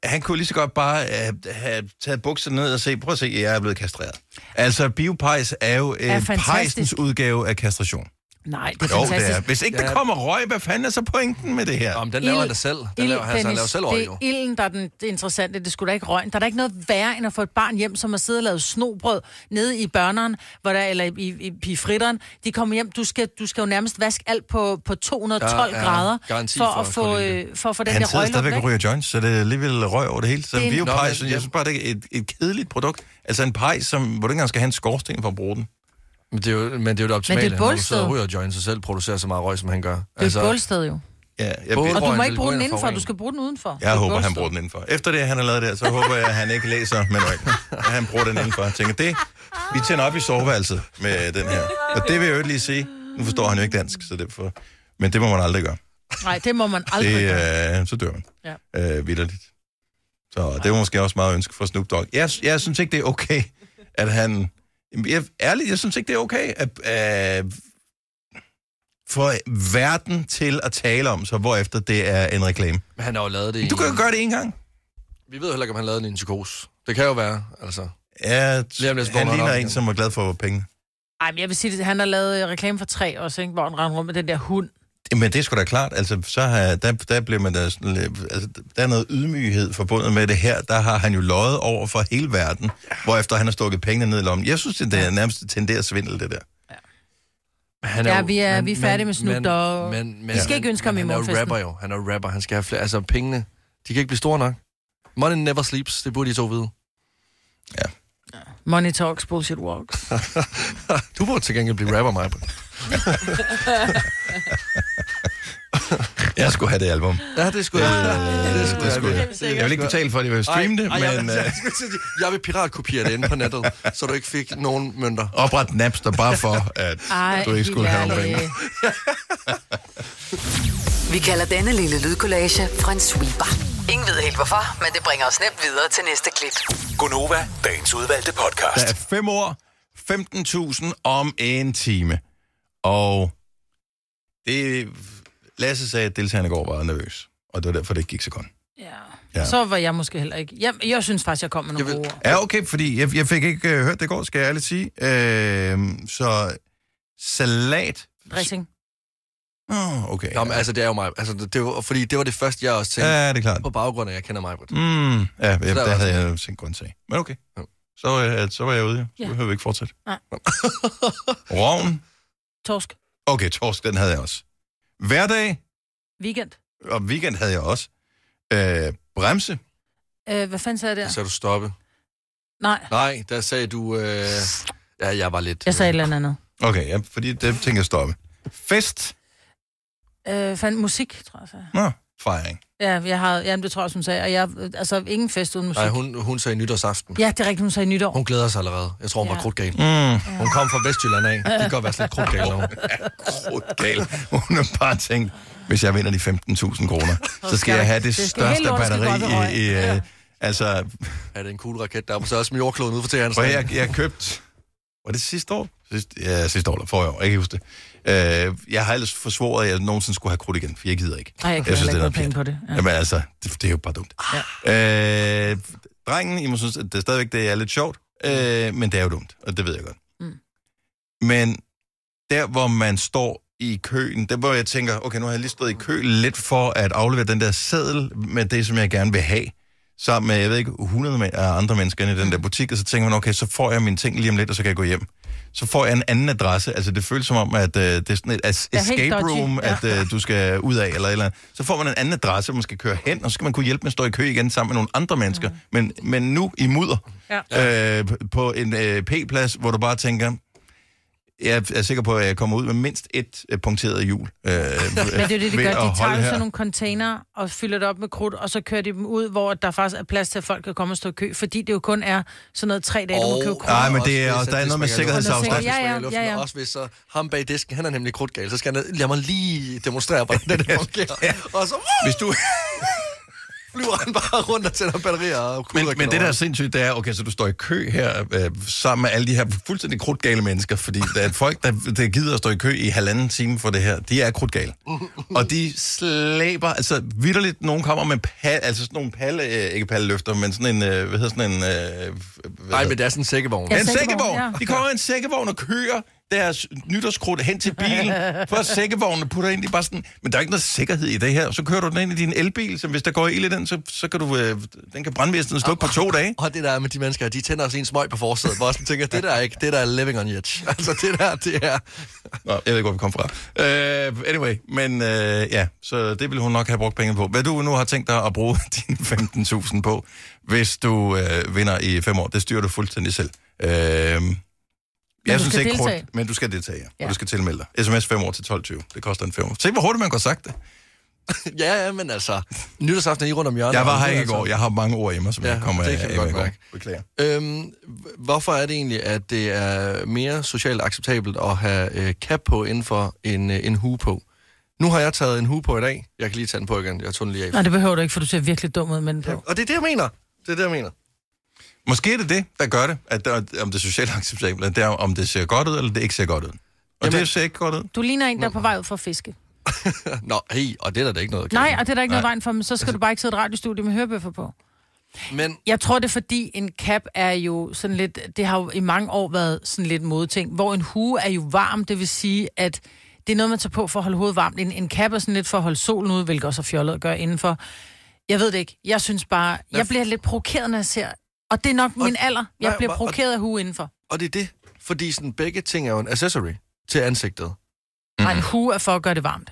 Speaker 1: han kunne lige så godt bare øh, have taget bukserne ned og se, prøv at se, jeg er blevet kastreret. Altså, biopejs er jo øh,
Speaker 3: Er fantastisk.
Speaker 1: pejsens udgave af kastration.
Speaker 3: Nej, det er
Speaker 1: Jo,
Speaker 3: fantastisk.
Speaker 1: det er. Hvis ikke der kommer røg, hvad fanden er så pointen med det her?
Speaker 2: Om den laver han da selv. Den
Speaker 3: ild,
Speaker 2: laver, han, altså,
Speaker 3: Dennis,
Speaker 2: han laver selv øje,
Speaker 3: det er
Speaker 2: jo.
Speaker 3: ilden, der er den det interessante. Det skulle da ikke røgen. Der er da ikke noget værre, end at få et barn hjem, som har siddet og lavet snobrød nede i børneren, hvor der, eller i, i, i fritteren. De kommer hjem, du skal, du skal jo nærmest vaske alt på, på 212
Speaker 2: Der er
Speaker 3: grader,
Speaker 2: garanti
Speaker 3: for,
Speaker 2: for
Speaker 3: at
Speaker 2: at
Speaker 3: få,
Speaker 2: kunne lide
Speaker 3: øh, for at få den
Speaker 1: Han
Speaker 3: der
Speaker 1: sidder
Speaker 3: røglugt,
Speaker 1: stadigvæk og
Speaker 3: ikke?
Speaker 1: ryger joints, så det er alligevel røg over det hele. Så
Speaker 3: Det er
Speaker 1: en
Speaker 3: en-
Speaker 1: biopej,
Speaker 2: Nå, men-
Speaker 1: synes jeg synes bare, det er et, et kedeligt produkt. Altså en pej, som, hvor du ikke engang skal have en skorsten for at bruge den.
Speaker 2: Men det er jo, men det, er jo det optimale,
Speaker 3: Men det er et
Speaker 2: når du
Speaker 3: bålsted.
Speaker 2: sidder og ryger og jointer sig selv, producerer så meget røg, som han gør. Altså,
Speaker 3: Det er et gulvsted jo.
Speaker 1: Ja, jeg,
Speaker 2: Både-
Speaker 1: jeg,
Speaker 3: Og du
Speaker 2: røgen
Speaker 3: må
Speaker 2: vil
Speaker 3: ikke bruge
Speaker 2: gå
Speaker 3: den
Speaker 2: ind og
Speaker 3: indenfor,
Speaker 2: forurene.
Speaker 3: du skal bruge den udenfor. Det er
Speaker 1: jeg
Speaker 3: et
Speaker 1: håber, han
Speaker 3: gulvsted.
Speaker 1: bruger den indenfor. Efter det, han har lavet der, så håber jeg, at han ikke læser manualen. At han bruger den indenfor. Jeg tænker, det, vi tænder op i soveværelset med den her. Og det vil jeg jo ikke lige sige. Nu forstår han jo ikke dansk, så derfor... Men det må man aldrig gøre.
Speaker 3: Nej, det må man aldrig
Speaker 1: Det,
Speaker 3: gøre.
Speaker 1: øh, så dør man.
Speaker 3: Ja.
Speaker 1: Øh, vidderligt. Så det var måske også meget ønske for Snoop Dogg. Jeg, jeg synes ikke, det er okay, at han... Jeg, ærligt, jeg synes ikke, det er okay, at... Øh, for verden til at tale om sig, hvorefter det er en reklame.
Speaker 2: Men han har jo lavet det i...
Speaker 1: Du kan jo gøre det en gang.
Speaker 2: Vi ved jo heller ikke, om han lavede det i en psykose. Det kan jo være, altså.
Speaker 1: Ja,
Speaker 2: om lidt, så
Speaker 1: han
Speaker 2: vågner han
Speaker 1: ligner
Speaker 2: op
Speaker 1: en,
Speaker 2: igen.
Speaker 1: som var glad for penge.
Speaker 3: Ej, men jeg vil sige, at han har lavet øh, reklame for tre også, ikke? hvor han rendte rundt med den der hund.
Speaker 1: Men det er sgu da klart. Altså, så har, der, der, bliver man da sådan, lidt- altså, der er noget ydmyghed forbundet med det her. Der har han jo løjet over for hele verden, ja. hvorefter han har stukket pengene ned i lommen. Jeg synes, det er nærmest tenderer at svindel, det der.
Speaker 2: Men Han
Speaker 3: Ja,
Speaker 2: jo-
Speaker 3: vi er-
Speaker 2: men-
Speaker 3: vi er færdige
Speaker 2: men-
Speaker 3: med Snoop
Speaker 2: men-
Speaker 3: Dogg.
Speaker 2: Men, men,
Speaker 3: Vi skal ikke
Speaker 2: men-
Speaker 3: ønske ham
Speaker 2: men
Speaker 3: i
Speaker 2: Han er
Speaker 3: morgenfesten.
Speaker 2: jo rapper jo. Han er jo rapper. Han skal have flere... Altså, pengene, de kan ikke blive store nok. Money never sleeps. Det burde de to vide.
Speaker 3: Money talks, bullshit walks.
Speaker 2: Du burde til gengæld blive rapper, mig.
Speaker 1: Jeg skulle have det album. Øh,
Speaker 2: Ja, det skulle jeg.
Speaker 1: det
Speaker 2: skulle jeg.
Speaker 1: jeg. Jeg vil ikke betale for det, jeg vil streame det,
Speaker 2: Ej, ej,
Speaker 1: men
Speaker 2: jeg,
Speaker 1: øh,
Speaker 2: jeg, skulle til at sige, jeg vil piratkopiere det inde på nettet, så du ikke fik nogen mønter.
Speaker 1: opret Napster bare for, at
Speaker 3: Ej,
Speaker 1: du ikke skulle have nogen
Speaker 3: helt
Speaker 1: penge.
Speaker 3: ærligt.
Speaker 4: Vi kalder denne lille lydkollage en sweeper. Ingen ved helt hvorfor, men det bringer os nemt videre til næste klip.
Speaker 6: Gunova, dagens udvalgte
Speaker 1: Der
Speaker 6: podcast.
Speaker 1: er fem år, 15.000 om en time. Og det... Lasse sagde, at deltagerne i går var nervøs. Og det var derfor, det ikke gik så godt.
Speaker 3: Ja.
Speaker 1: Ja.
Speaker 3: Så var jeg måske heller ikke. Jeg, jeg synes faktisk, jeg kom med nogle
Speaker 2: Jeg vil-
Speaker 3: gode ord.
Speaker 1: Ja, okay, fordi jeg, jeg fik ikke øh, hørt det i går, skal jeg ærligt sige. Øh, så salat...
Speaker 3: Dressing.
Speaker 1: Oh, okay.
Speaker 2: Nå, men altså, det er jo mig. Altså, det, det var, fordi det var det første, jeg også tænkte.
Speaker 1: ja, det er klart.
Speaker 2: På baggrund af, at jeg kender mig. Mm.
Speaker 1: Mm, ja, ja,
Speaker 2: der
Speaker 1: der
Speaker 2: var
Speaker 1: havde jeg jo tænkt grundsag. Men okay.
Speaker 2: Ja.
Speaker 1: Så, øh, så var jeg ude. jo.
Speaker 3: Ja.
Speaker 1: Så behøver vi ikke fortsætte.
Speaker 3: Nej.
Speaker 1: Rovn.
Speaker 3: Torsk.
Speaker 1: Okay, torsk, den havde jeg også. Hverdag
Speaker 3: Weekend.
Speaker 1: og weekend havde jeg også. Øh, bremse.
Speaker 3: Øh, hvad fanden sagde jeg der?
Speaker 2: Så du stoppe.
Speaker 3: Nej,
Speaker 2: Nej, der sagde du... Øh... Ja, jeg var lidt... øh,
Speaker 3: jeg sagde et eller andet.
Speaker 1: Okay, ja, fordi det tænker jeg stoppe. Fest.
Speaker 3: Øh, fandt musik, tror jeg. sagde.
Speaker 1: Nå, fejring.
Speaker 3: Ja, jeg har, jamen, det tror jeg, også, hun sagde. Og jeg, øh, altså, ingen fest uden musik.
Speaker 2: Nej, hun, hun sagde nytårsaften.
Speaker 3: Ja, det er rigtigt, hun sagde nytår.
Speaker 2: Hun glæder sig allerede. Jeg tror, hun
Speaker 3: Ja.
Speaker 2: var krudtgal.
Speaker 1: Mm.
Speaker 2: Hun kom fra Vestjylland af. Det kan godt være sådan lidt krudtgal over.
Speaker 1: Gal. Hun har bare tænkt, hvis jeg vinder de 15.000 kroner, så skal jeg have det
Speaker 3: skal
Speaker 1: største
Speaker 3: helt lortet skal gå op i
Speaker 1: batteri
Speaker 3: røg.
Speaker 1: i... i øh, altså,
Speaker 2: Er det en cool raket, der er på størrelse med jordkloden ude for til hans
Speaker 1: Prøv, jeg, jeg købte... Var det sidste år? Sidste, ja, sidste år eller forrige år. Jeg kan ikke huske det. Øh, jeg har ellers forsvoret, at jeg nogensinde skulle have krudt igen, for jeg gider ikke.
Speaker 3: Nej, jeg kan heller ikke noget penge på det.
Speaker 1: Ja.
Speaker 3: Ja.
Speaker 1: Jamen altså, det, det er jo bare dumt. Ja. Øh, drengen, I må synes, at det er stadigvæk det er lidt sjovt, øh, men det er jo dumt, og det ved jeg godt.
Speaker 3: Mm.
Speaker 1: Men der, hvor man står i køen, der hvor jeg tænker, okay, nu har jeg lige stået i kø lidt for at aflevere den der seddel med det, som jeg gerne vil have, sammen med, jeg ved ikke, 100 men- af andre mennesker inde i den der butik, og så tænker man, okay, så får jeg mine ting lige om lidt, og så kan jeg gå hjem. Så får jeg en anden adresse, altså det føles som om, at øh, det er sådan et as-
Speaker 3: Ja, helt
Speaker 1: escape
Speaker 3: dodgy.
Speaker 1: room,
Speaker 3: Ja.
Speaker 1: at øh, du skal ud af, eller et eller andet. Så får man en anden adresse, hvor man skal køre hen, og så skal man kunne hjælpe med at stå i kø igen sammen med nogle andre mennesker. Men, men nu i mudder, ja. øh, p- på en øh, P-plads, hvor du bare tænker, jeg er sikker på, at jeg kommer ud med mindst et øh, punkteret hjul. Øh, Men
Speaker 3: Men det er jo det, de gør. De tager jo sådan nogle container og fylder det op med krudt, og så kører de dem ud, hvor der faktisk er plads til, at folk kan komme og stå i kø, fordi det jo kun er sådan noget tre dage, du må
Speaker 2: Og-
Speaker 3: købe krudt.
Speaker 1: Nej, men det er,
Speaker 2: Også hvis,
Speaker 1: der er
Speaker 2: at
Speaker 1: noget med
Speaker 2: det smager luft.
Speaker 1: sikkerhedsafstand.
Speaker 2: Og det smager
Speaker 3: Ja, ja,
Speaker 2: i luften,
Speaker 3: ja, ja.
Speaker 2: og Også hvis så ham bag disken, han er nemlig krudtgal, så skal han lad mig lige demonstrere, hvordan det der fungerer. Og så uh,
Speaker 1: Hvis du...
Speaker 2: flyver han bare rundt og tænder batterier og
Speaker 1: Men,
Speaker 2: kugler
Speaker 1: men det, der er sindssygt, det er, okay, så du står i kø her øh, sammen med alle de her fuldstændig krudtgale mennesker, fordi der er folk, der, der gider at stå i kø i halvanden time for det her, de er krudtgale. Og de slæber, altså vidderligt, nogen kommer med pal, altså sådan nogle palle, øh, ikke palleløfter, men sådan en, øh, hvad hedder sådan en... Øh, hvad
Speaker 2: Nej,
Speaker 1: hedder-
Speaker 2: men det er sådan en sækkevogn.
Speaker 3: Ja.
Speaker 1: en
Speaker 3: sækkevogn,
Speaker 1: sækkevogn.
Speaker 3: ja.
Speaker 1: De kommer i en sækkevogn og kører deres nytårskrudt hen til bilen, for at sækkevognene putter ind i bare sådan, men der er ikke noget sikkerhed i det her. Så kører du den ind i din elbil, som hvis der går ild i den, så, så kan du, øh, den kan brandvæsenet slukke på to dage.
Speaker 2: Og det der er med de mennesker, de tænder også en smøg på forsædet, hvor jeg sådan tænker, det der er ikke, det der er living on the edge. Altså det der, det er...
Speaker 1: Nå, jeg ved ikke, hvor vi kom fra. Uh, anyway, men uh, ja, så det ville hun nok have brugt penge på. Hvad du nu har tænkt dig at bruge dine 15.000 på, hvis du uh, vinder i fem år, det styrer du fuldstændig selv. Uh, jeg
Speaker 3: du
Speaker 1: synes
Speaker 3: skal
Speaker 1: ikke
Speaker 3: deltage.
Speaker 1: krudt, men du skal deltage, ja.
Speaker 3: Ja.
Speaker 1: og du skal tilmelde dig. SMS 5 år til 12.20. Det koster en 5 år. Se, hvor hurtigt man går sagt det.
Speaker 2: Ja, ja, men altså, nytårsaften er lige rundt om hjørnet.
Speaker 1: Jeg var her
Speaker 2: Det er
Speaker 1: ikke i går. Jeg har mange ord i mig, som
Speaker 2: Ja,
Speaker 1: jeg kommer
Speaker 2: det kan vi
Speaker 1: af
Speaker 2: godt
Speaker 1: med i går.
Speaker 2: mærke.
Speaker 1: Beklager.
Speaker 2: Øhm, h- hvorfor er det egentlig, at det er mere socialt acceptabelt at have øh, cap på inden for en, øh, en hue på? Nu har jeg taget en hue på i dag. Jeg kan lige tage den på igen. Jeg tog den lige af.
Speaker 3: Nej, det behøver du ikke, for du ser virkelig dum ud med den på.
Speaker 2: Og det er det, jeg mener. Det er det, jeg mener.
Speaker 1: Måske er det det, der gør det, at der, om det er socialt acceptabelt, det er, om det ser godt ud, eller det ikke ser godt ud. Og Jamen.
Speaker 2: Jamen-
Speaker 1: det ser ikke godt ud.
Speaker 3: Du ligner en, der er på vej ud for at fiske.
Speaker 2: Nå, hey, og det er der da ikke noget.
Speaker 3: Nej, Altså-
Speaker 2: Karen.
Speaker 3: og det er der ikke noget vejen for, men så skal du bare ikke sidde i et radiostudie med hørebøffer på.
Speaker 2: Men
Speaker 3: Jeg tror, det er fordi, en cap er jo sådan lidt... Det har jo i mange år været sådan lidt modting, hvor en hue er jo varm, det vil sige, at det er noget, man tager på for at holde hovedet varmt. En, en cap er sådan lidt for at holde solen ud, hvilket også er fjollet at gøre indenfor. Jeg ved det ikke. Jeg synes bare... Jeg bliver lidt provokeret, når jeg ser... Og det er nok min alder. Jeg
Speaker 2: nej,
Speaker 3: bliver
Speaker 2: og-
Speaker 3: provokeret af hue indenfor.
Speaker 2: og det er det, fordi sådan, begge ting er jo en accessory til ansigtet.
Speaker 3: Nej, Mm-hmm. en hue er for at gøre det varmt.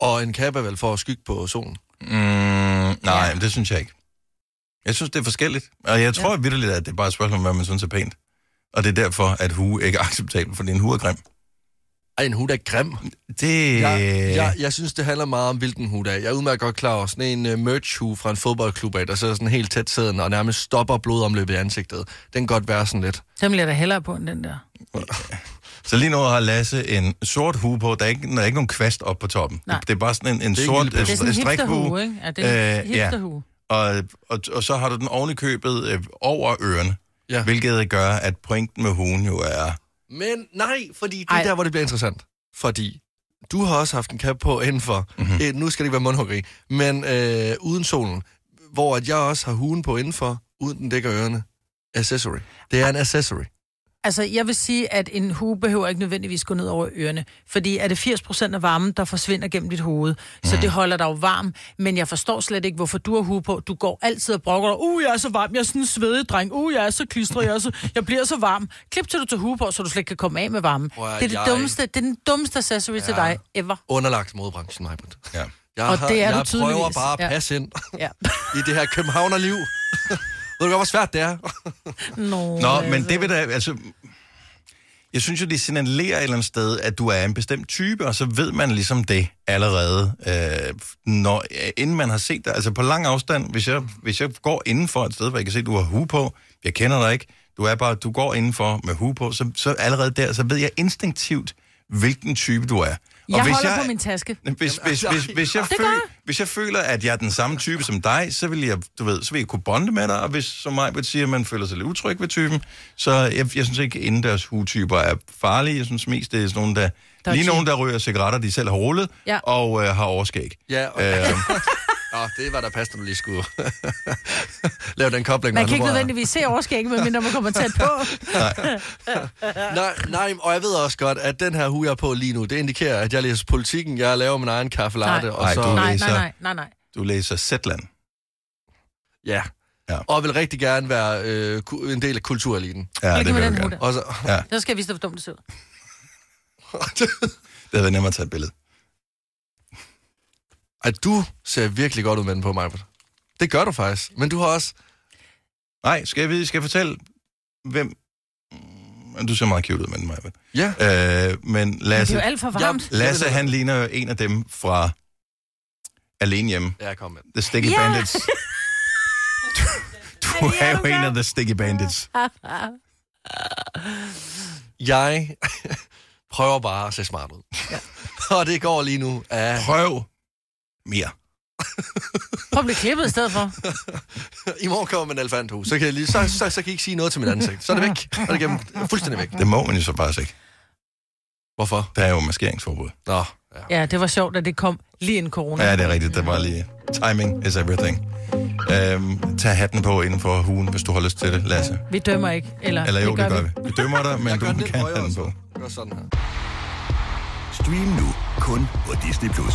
Speaker 2: Og en cap er vel for at skygge på solen.
Speaker 1: Mm, nej, ja. men det synes jeg ikke. Jeg synes, det er forskelligt. Og jeg tror ja. vidderligt, at det er bare et spørgsmål om, hvad man synes er pænt. Og det er derfor, at hue ikke er acceptabelt, fordi en hue er grim.
Speaker 2: Ej, en hue der er grim.
Speaker 1: Det...
Speaker 2: Jeg, jeg, jeg synes, det handler meget om, hvilken hue der er. Jeg er udmærket godt klar over sådan en uh, merch-hue fra en fodboldklub af, der sidder sådan helt tæt sæden og nærmest stopper blodomløbet i ansigtet. Den kan godt være sådan lidt.
Speaker 3: Den bliver der hellere på end den der.
Speaker 1: Så lige nu har Lasse en sort hue på. Der er ikke, der er ikke nogen kvast op på toppen.
Speaker 3: Nej.
Speaker 1: Det, det er bare sådan en, en
Speaker 2: er ikke en
Speaker 1: sort øh,
Speaker 2: lille bøf.
Speaker 3: Det er sådan en hipsterhue,
Speaker 1: strikhue.
Speaker 3: ikke? Ja, det er en
Speaker 1: Øh, ja.
Speaker 3: hipsterhue.
Speaker 1: Og, og, og så har du den oven i købet øh, over ørerne. Ja.
Speaker 2: Ja.
Speaker 1: Hvilket gør, at pointen med huen jo er...
Speaker 2: Men nej, fordi det
Speaker 3: Ej.
Speaker 2: er der, hvor det bliver interessant. Fordi du har også haft en cap på indenfor. Mm-hmm.
Speaker 3: Mhm.
Speaker 2: Øh, nu skal det ikke være mundhuggeri, men øh, uden solen. Hvor at jeg også har huen på indenfor, uden den dækker ørerne. Accessory. Det er en accessory.
Speaker 3: Altså, jeg vil sige, at en hue behøver ikke nødvendigvis gå ned over ørerne, fordi er det 80% af varmen, der forsvinder gennem dit hoved, så det holder dig jo varm, men jeg forstår slet ikke, hvorfor du har hue på. Du går altid og brokker dig, uh, jeg er så varm, jeg er sådan en svedig dreng, uh, jeg er så klistret, jeg, er så, jeg bliver så varm. Klip til du tager hue på, så du slet ikke kan komme af med varmen.
Speaker 2: Prøv at
Speaker 3: Det er, det,
Speaker 2: jeg-
Speaker 3: dummeste, det er den dummeste accessory ja. til dig ever.
Speaker 2: Underlagt modebranchen, Majbrit.
Speaker 1: Ja.
Speaker 2: Jeg,
Speaker 3: Og
Speaker 2: har-
Speaker 3: det er
Speaker 2: jeg
Speaker 3: du
Speaker 2: prøver
Speaker 3: tydeligvis.
Speaker 2: bare at
Speaker 3: Ja.
Speaker 2: passe ind
Speaker 3: Ja.
Speaker 2: i det her københavnerliv. Ved du godt, hvor svært det er?
Speaker 3: Nå,
Speaker 1: Nå,
Speaker 3: altså.
Speaker 1: men det vil da, altså... Jeg synes jo, det signalerer et eller andet sted, at du er en bestemt type, og så ved man ligesom det allerede, øh, når, øh, inden man har set dig. Altså på lang afstand, hvis jeg, hvis jeg går indenfor et sted, hvor jeg kan se, at du har hue på, jeg kender dig ikke, du er bare, du går indenfor med hue på, så, så allerede der, så ved jeg instinktivt, hvilken type du er. Og
Speaker 3: jeg holder jeg... på min taske.
Speaker 1: hvis, hvis, hvis, hvis,
Speaker 3: altså,
Speaker 1: jeg
Speaker 3: Det gør
Speaker 1: føler,
Speaker 3: jeg.
Speaker 1: hvis jeg føler, at jeg er den samme type som dig, så vil jeg, du ved, så vil jeg kunne bonde med dig, og hvis, som mig vil sige, at man føler sig lidt utryg ved typen, så jeg, jeg synes ikke, at indendørs hutyper er farlige. Jeg synes mest, det er sådan nogle, der... der
Speaker 3: er
Speaker 1: lige
Speaker 3: cheap.
Speaker 1: nogen, der ryger cigaretter, de selv har rullet, ja.
Speaker 3: Ja.
Speaker 1: og øh, har overskæg.
Speaker 2: Ja, og...
Speaker 3: Øh.
Speaker 2: Nå, det var da passende, du lige skulle lave den kobling.
Speaker 3: Man kan
Speaker 2: når du
Speaker 3: ikke
Speaker 2: var-
Speaker 3: nødvendigvis se overskægget, medmindre man kommer tæt på.
Speaker 2: Nej, nej, og jeg ved også godt, at den her hue, jeg er på lige nu, det indikerer, at jeg læser politikken, jeg laver min egen kaffe latte,
Speaker 3: Nej.
Speaker 2: og så...
Speaker 1: Ej, du-
Speaker 3: Nej,
Speaker 1: læser-
Speaker 3: nej, nej, nej, nej.
Speaker 1: Du læser Zetland.
Speaker 2: Ja.
Speaker 1: Ja.
Speaker 2: ja. Og vil rigtig gerne være øh, ku- en del af kultureliten.
Speaker 1: Ja,
Speaker 3: Lige med
Speaker 1: det, vil
Speaker 3: den
Speaker 1: jeg
Speaker 3: hue
Speaker 1: gerne.
Speaker 3: der.
Speaker 2: Og så...
Speaker 3: Så skal jeg vise dig, hvor dumt det ser ud.
Speaker 1: det havde været nemmere at tage et billede.
Speaker 2: Ej, du ser virkelig godt ud med den på, Majbert. Det gør du faktisk. Men du har også...
Speaker 1: Nej, skal jeg, vide, skal jeg fortælle, hvem... Mm, Du ser meget cute ud med den, Maja.
Speaker 2: Ja.
Speaker 1: Øh, men
Speaker 3: Det er
Speaker 1: Lasse,
Speaker 3: jo alt for
Speaker 2: Ja.
Speaker 3: varmt.
Speaker 1: Lasse,
Speaker 2: Jeg ved
Speaker 1: han ligner jo en af dem fra Alene Hjemme.
Speaker 2: Ja, kom med. den.
Speaker 1: The Sticky
Speaker 3: Ja!
Speaker 1: Bandits. Du
Speaker 3: Ja,
Speaker 1: er
Speaker 3: du
Speaker 1: jo en
Speaker 3: gør.
Speaker 1: af The Sticky Bandits.
Speaker 2: Jeg prøver bare at se smart ud. Ja. og det går lige nu af...
Speaker 1: Prøv mere.
Speaker 3: Prøv at blive klippet i stedet for.
Speaker 2: I morgen kommer en elefanthue, så kan, jeg lige, så, så, så kan I ikke sige noget til mit ansigt. Så er det væk. Så er det gennem, fuldstændig væk.
Speaker 1: Det må man jo så faktisk ikke.
Speaker 2: Hvorfor?
Speaker 1: Der er jo maskeringsforbud.
Speaker 2: Nå, ja.
Speaker 3: Ja, det var sjovt, at det kom lige inden corona.
Speaker 1: Ja, det er rigtigt. Det var lige... Timing is everything. Øhm, tag hatten på inden for hugen, hvis du har lyst til det, Lasse.
Speaker 3: Vi dømmer ikke. Eller,
Speaker 1: Eller jo, det gør vi. Vi dømmer dig, men
Speaker 2: Jeg
Speaker 1: du
Speaker 2: gør den lidt
Speaker 1: kan
Speaker 2: højere
Speaker 1: hatten
Speaker 2: også.
Speaker 1: på.
Speaker 2: Gør sådan her.
Speaker 7: Stream nu kun på Disney+. Plus.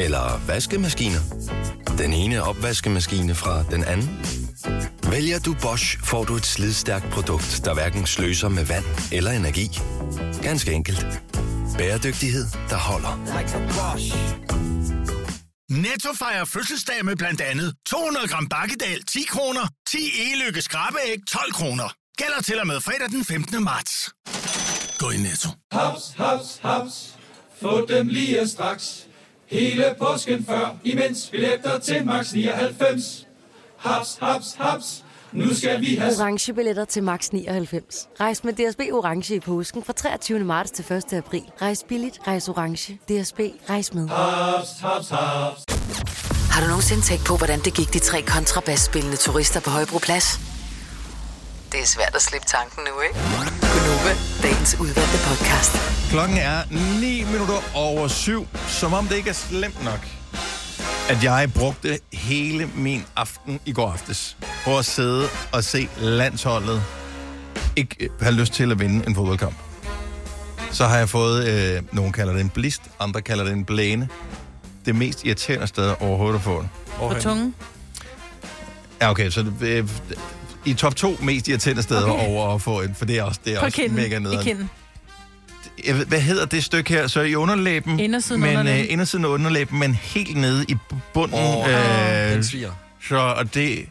Speaker 8: Eller vaskemaskiner? Den ene opvaskemaskine fra den anden? Vælger du Bosch, får du et slidstærkt produkt, der hverken sløser med vand eller energi. Ganske enkelt. Bæredygtighed, der holder.
Speaker 9: Netto fejrer fødselsdag med blandt andet 200 gram bakkedal 10 kroner, 10 e-lykke skrabeæg 12 kroner. Gælder til og med fredag den 15. marts. Gå i Netto.
Speaker 10: Haps, haps, haps. Få dem lige straks. Hele påsken før, imens billetter til max 99. Haps, haps, haps. Nu skal vi have...
Speaker 11: orange billetter til max 99. Rejs med DSB orange i påsken fra 23. marts til 1. april. Rejs billigt, rejs orange. DSB rejs med.
Speaker 10: Haps, haps, haps.
Speaker 4: Har du nogensinde tænkt på, hvordan det gik de tre kontrabasspillende turister på Højbroplads? Det er svært at slippe tanken nu, ikke? Gunova, dagens udvalgte podcast.
Speaker 1: Klokken er 9 minutter over 7, som om det ikke er slemt nok, at jeg brugte hele min aften i går aftes på at sidde og se landsholdet ikke øh, have lyst til at vinde en fodboldkamp. Så har jeg fået, øh, nogen kalder det en blist, andre kalder det en blæne. Det mest irriterende sted overhovedet at få den.
Speaker 3: På tungen.
Speaker 1: Ja, okay, så det, øh, i top to mest irriterende steder okay. over at få en, for det er også, det er
Speaker 3: På
Speaker 1: også
Speaker 3: kinden.
Speaker 1: mega nederen.
Speaker 3: I kinden.
Speaker 1: jeg ved, hvad hedder det stykke her? Så i underlæben,
Speaker 3: Indersiden af
Speaker 1: men,
Speaker 3: underlæben.
Speaker 1: Øh, indersiden af underlæben, men helt nede i bu- bunden.
Speaker 2: Åh,
Speaker 1: øh,
Speaker 2: den sviger.
Speaker 1: så, og det,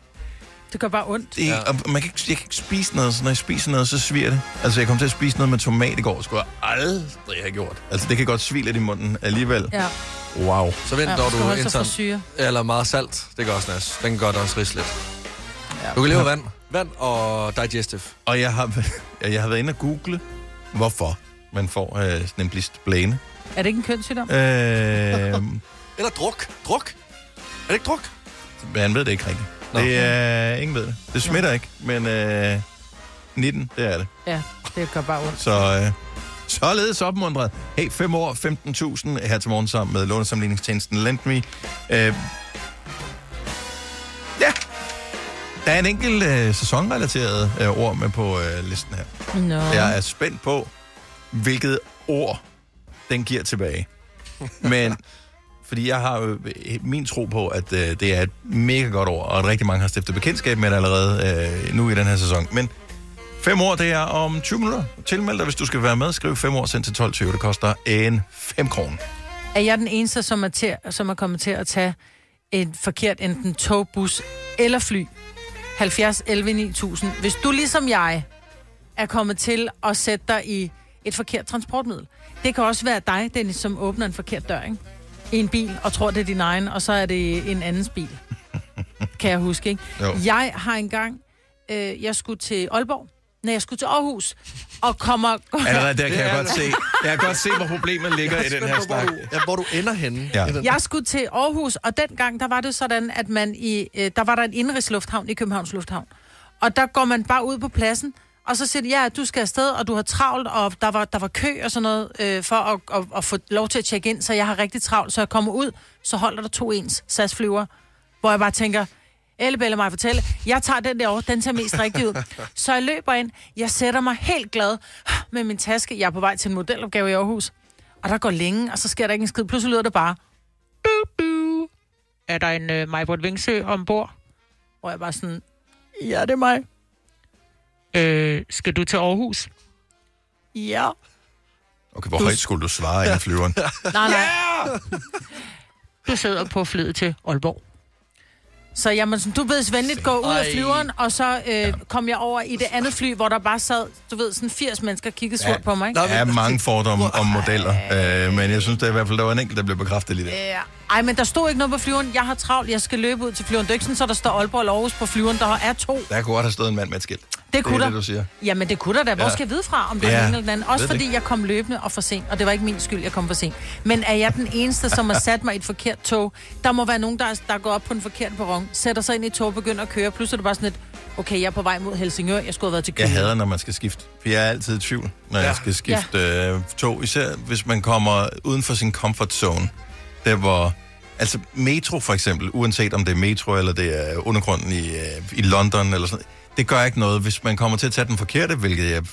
Speaker 3: Det gør bare ondt.
Speaker 1: det ja. og man kan ikke, jeg kan ikke spise noget, så når jeg spiser noget, så sviger det. Altså, jeg kom til at spise noget med tomat i går, skulle jeg aldrig have gjort. Altså, det kan godt svile lidt i munden alligevel.
Speaker 3: Ja.
Speaker 1: Wow.
Speaker 2: Så vent,
Speaker 3: Ja, man
Speaker 2: ja, når
Speaker 3: skal holde
Speaker 2: du
Speaker 3: sig
Speaker 2: indtager...
Speaker 3: for syre.
Speaker 2: Eller meget salt. Det gør også nas. Den kan godt også ridse lidt. Du kan leve af vand. Vand og digestive.
Speaker 1: Og jeg har, ja, jeg har været inde og google, hvorfor man får øh, sådan en blist blæne.
Speaker 3: Er det ikke en kønssygdom?
Speaker 1: Øh,
Speaker 2: Eller druk. Druk. Er det ikke druk?
Speaker 1: man ved det ikke rigtigt.
Speaker 2: Nå.
Speaker 1: Det er, ingen ved det. Det smitter ikke, men øh, 19, det er det.
Speaker 3: Ja, det gør bare ondt.
Speaker 1: Så øh, således opmundret. Hey, 5 år, 15.000 her til morgen sammen med lånesamligningstjenesten Lendme. Øh, ja, der er en enkelt øh, sæsonrelateret øh, ord med på øh, listen her.
Speaker 3: Nå.
Speaker 1: Jeg er spændt på, hvilket ord den giver tilbage. Men fordi jeg har jo min tro på, at øh, det er et mega godt ord, og at rigtig mange har stiftet bekendtskab med det allerede øh, nu i den her sæson. Men fem år, det er om 20 minutter. Tilmeld dig, hvis du skal være med. Skriv fem år, send til 12.20. Det koster en 5 kroner.
Speaker 3: Er jeg den eneste, som er, til, som er kommet til at tage en forkert enten tog, bus eller fly? 70 11 9000. Hvis du ligesom jeg er kommet til at sætte dig i et forkert transportmiddel. Det kan også være dig, Dennis, som åbner en forkert dør, ikke? I en bil, og tror, det er din egen, og så er det en andens bil. kan jeg huske, ikke?
Speaker 1: Jo.
Speaker 3: Jeg har engang, øh, jeg skulle til Aalborg, når jeg skulle til Aarhus, og kommer...
Speaker 1: Allerede der
Speaker 2: Det
Speaker 1: kan jeg
Speaker 2: er
Speaker 1: godt
Speaker 2: det.
Speaker 1: se, jeg kan godt se hvor problemet ligger i den her snak.
Speaker 2: Ja, hvor du ender henne.
Speaker 1: Ja.
Speaker 2: I den-
Speaker 3: Jeg skulle til Aarhus, og dengang, der var det sådan, at man i, øh, der var der en indrigslufthavn i Københavns Lufthavn. Og der går man bare ud på pladsen, og så siger de, ja, du skal afsted, og du har travlt, og der var, der var kø og sådan noget, øh, for at, at, at, få lov til at tjekke ind, så jeg har rigtig travlt. Så jeg kommer ud, så holder der to ens SAS-flyver, hvor jeg bare tænker, Elle Belle mig fortælle, jeg tager den der over, den ser mest rigtig ud. Så jeg løber ind, jeg sætter mig helt glad med min taske, jeg er på vej til en modelopgave i Aarhus, og der går længe, og så sker der ikke en skid. Pludselig lyder det bare, er der en øh, Majbert Vingsø ombord? Hvor jeg bare sådan, ja, det er mig. Øh, skal du til Aarhus? Ja.
Speaker 1: Okay, hvor højt skulle du svare inden flyveren?
Speaker 3: Nej, nej. Du sidder på flyet til Aalborg. Så jamen, sådan, du bedes venligt gå ud af flyveren, og så øh, kom jeg over i det andet fly, hvor der bare sad, du ved, sådan 80 mennesker og kiggede surt på mig. Ikke?
Speaker 1: Der er mange fordomme om modeller, øh, men jeg synes, der i hvert fald der var en enkelt, der blev bekræftet lige der.
Speaker 3: Ja. Ej, men der stod ikke noget på flyveren. Jeg har travlt, jeg skal løbe ud til flyveren. Det er ikke sådan, så der står Aalborg eller Aarhus på flyveren. Der er to.
Speaker 1: Der kunne godt have stået en mand med et skilt.
Speaker 3: Det kunne
Speaker 1: det er
Speaker 3: der.
Speaker 1: det, du siger.
Speaker 3: Jamen, det kunne der da. Hvor
Speaker 1: Ja.
Speaker 3: skal jeg vide fra, om det
Speaker 1: Ja,
Speaker 3: ja. er den ene eller den anden?
Speaker 1: jeg
Speaker 3: Også
Speaker 1: ved det
Speaker 3: fordi
Speaker 1: ikke.
Speaker 3: jeg kom løbende og for sent, og det var ikke min skyld, jeg kom for sent. Men er jeg den eneste, som har sat mig i et forkert tog? Der må være nogen, der, er, der går op på den forkerte perron, sætter sig ind i et tog og begynder at køre. Pludselig er det bare sådan et, okay, jeg er på vej mod Helsingør, jeg skulle have været til
Speaker 1: Jeg
Speaker 3: Køge.
Speaker 1: hader, når man skal skifte. For jeg er altid i tvivl, når ja. jeg skal skifte ja. øh, tog. Især hvis man kommer uden for sin comfort zone. Der hvor... Altså metro for eksempel, uanset om det er metro eller det er undergrunden i, øh, i London eller sådan Det gør ikke noget. Hvis man kommer til at tage den forkerte, hvilket jeg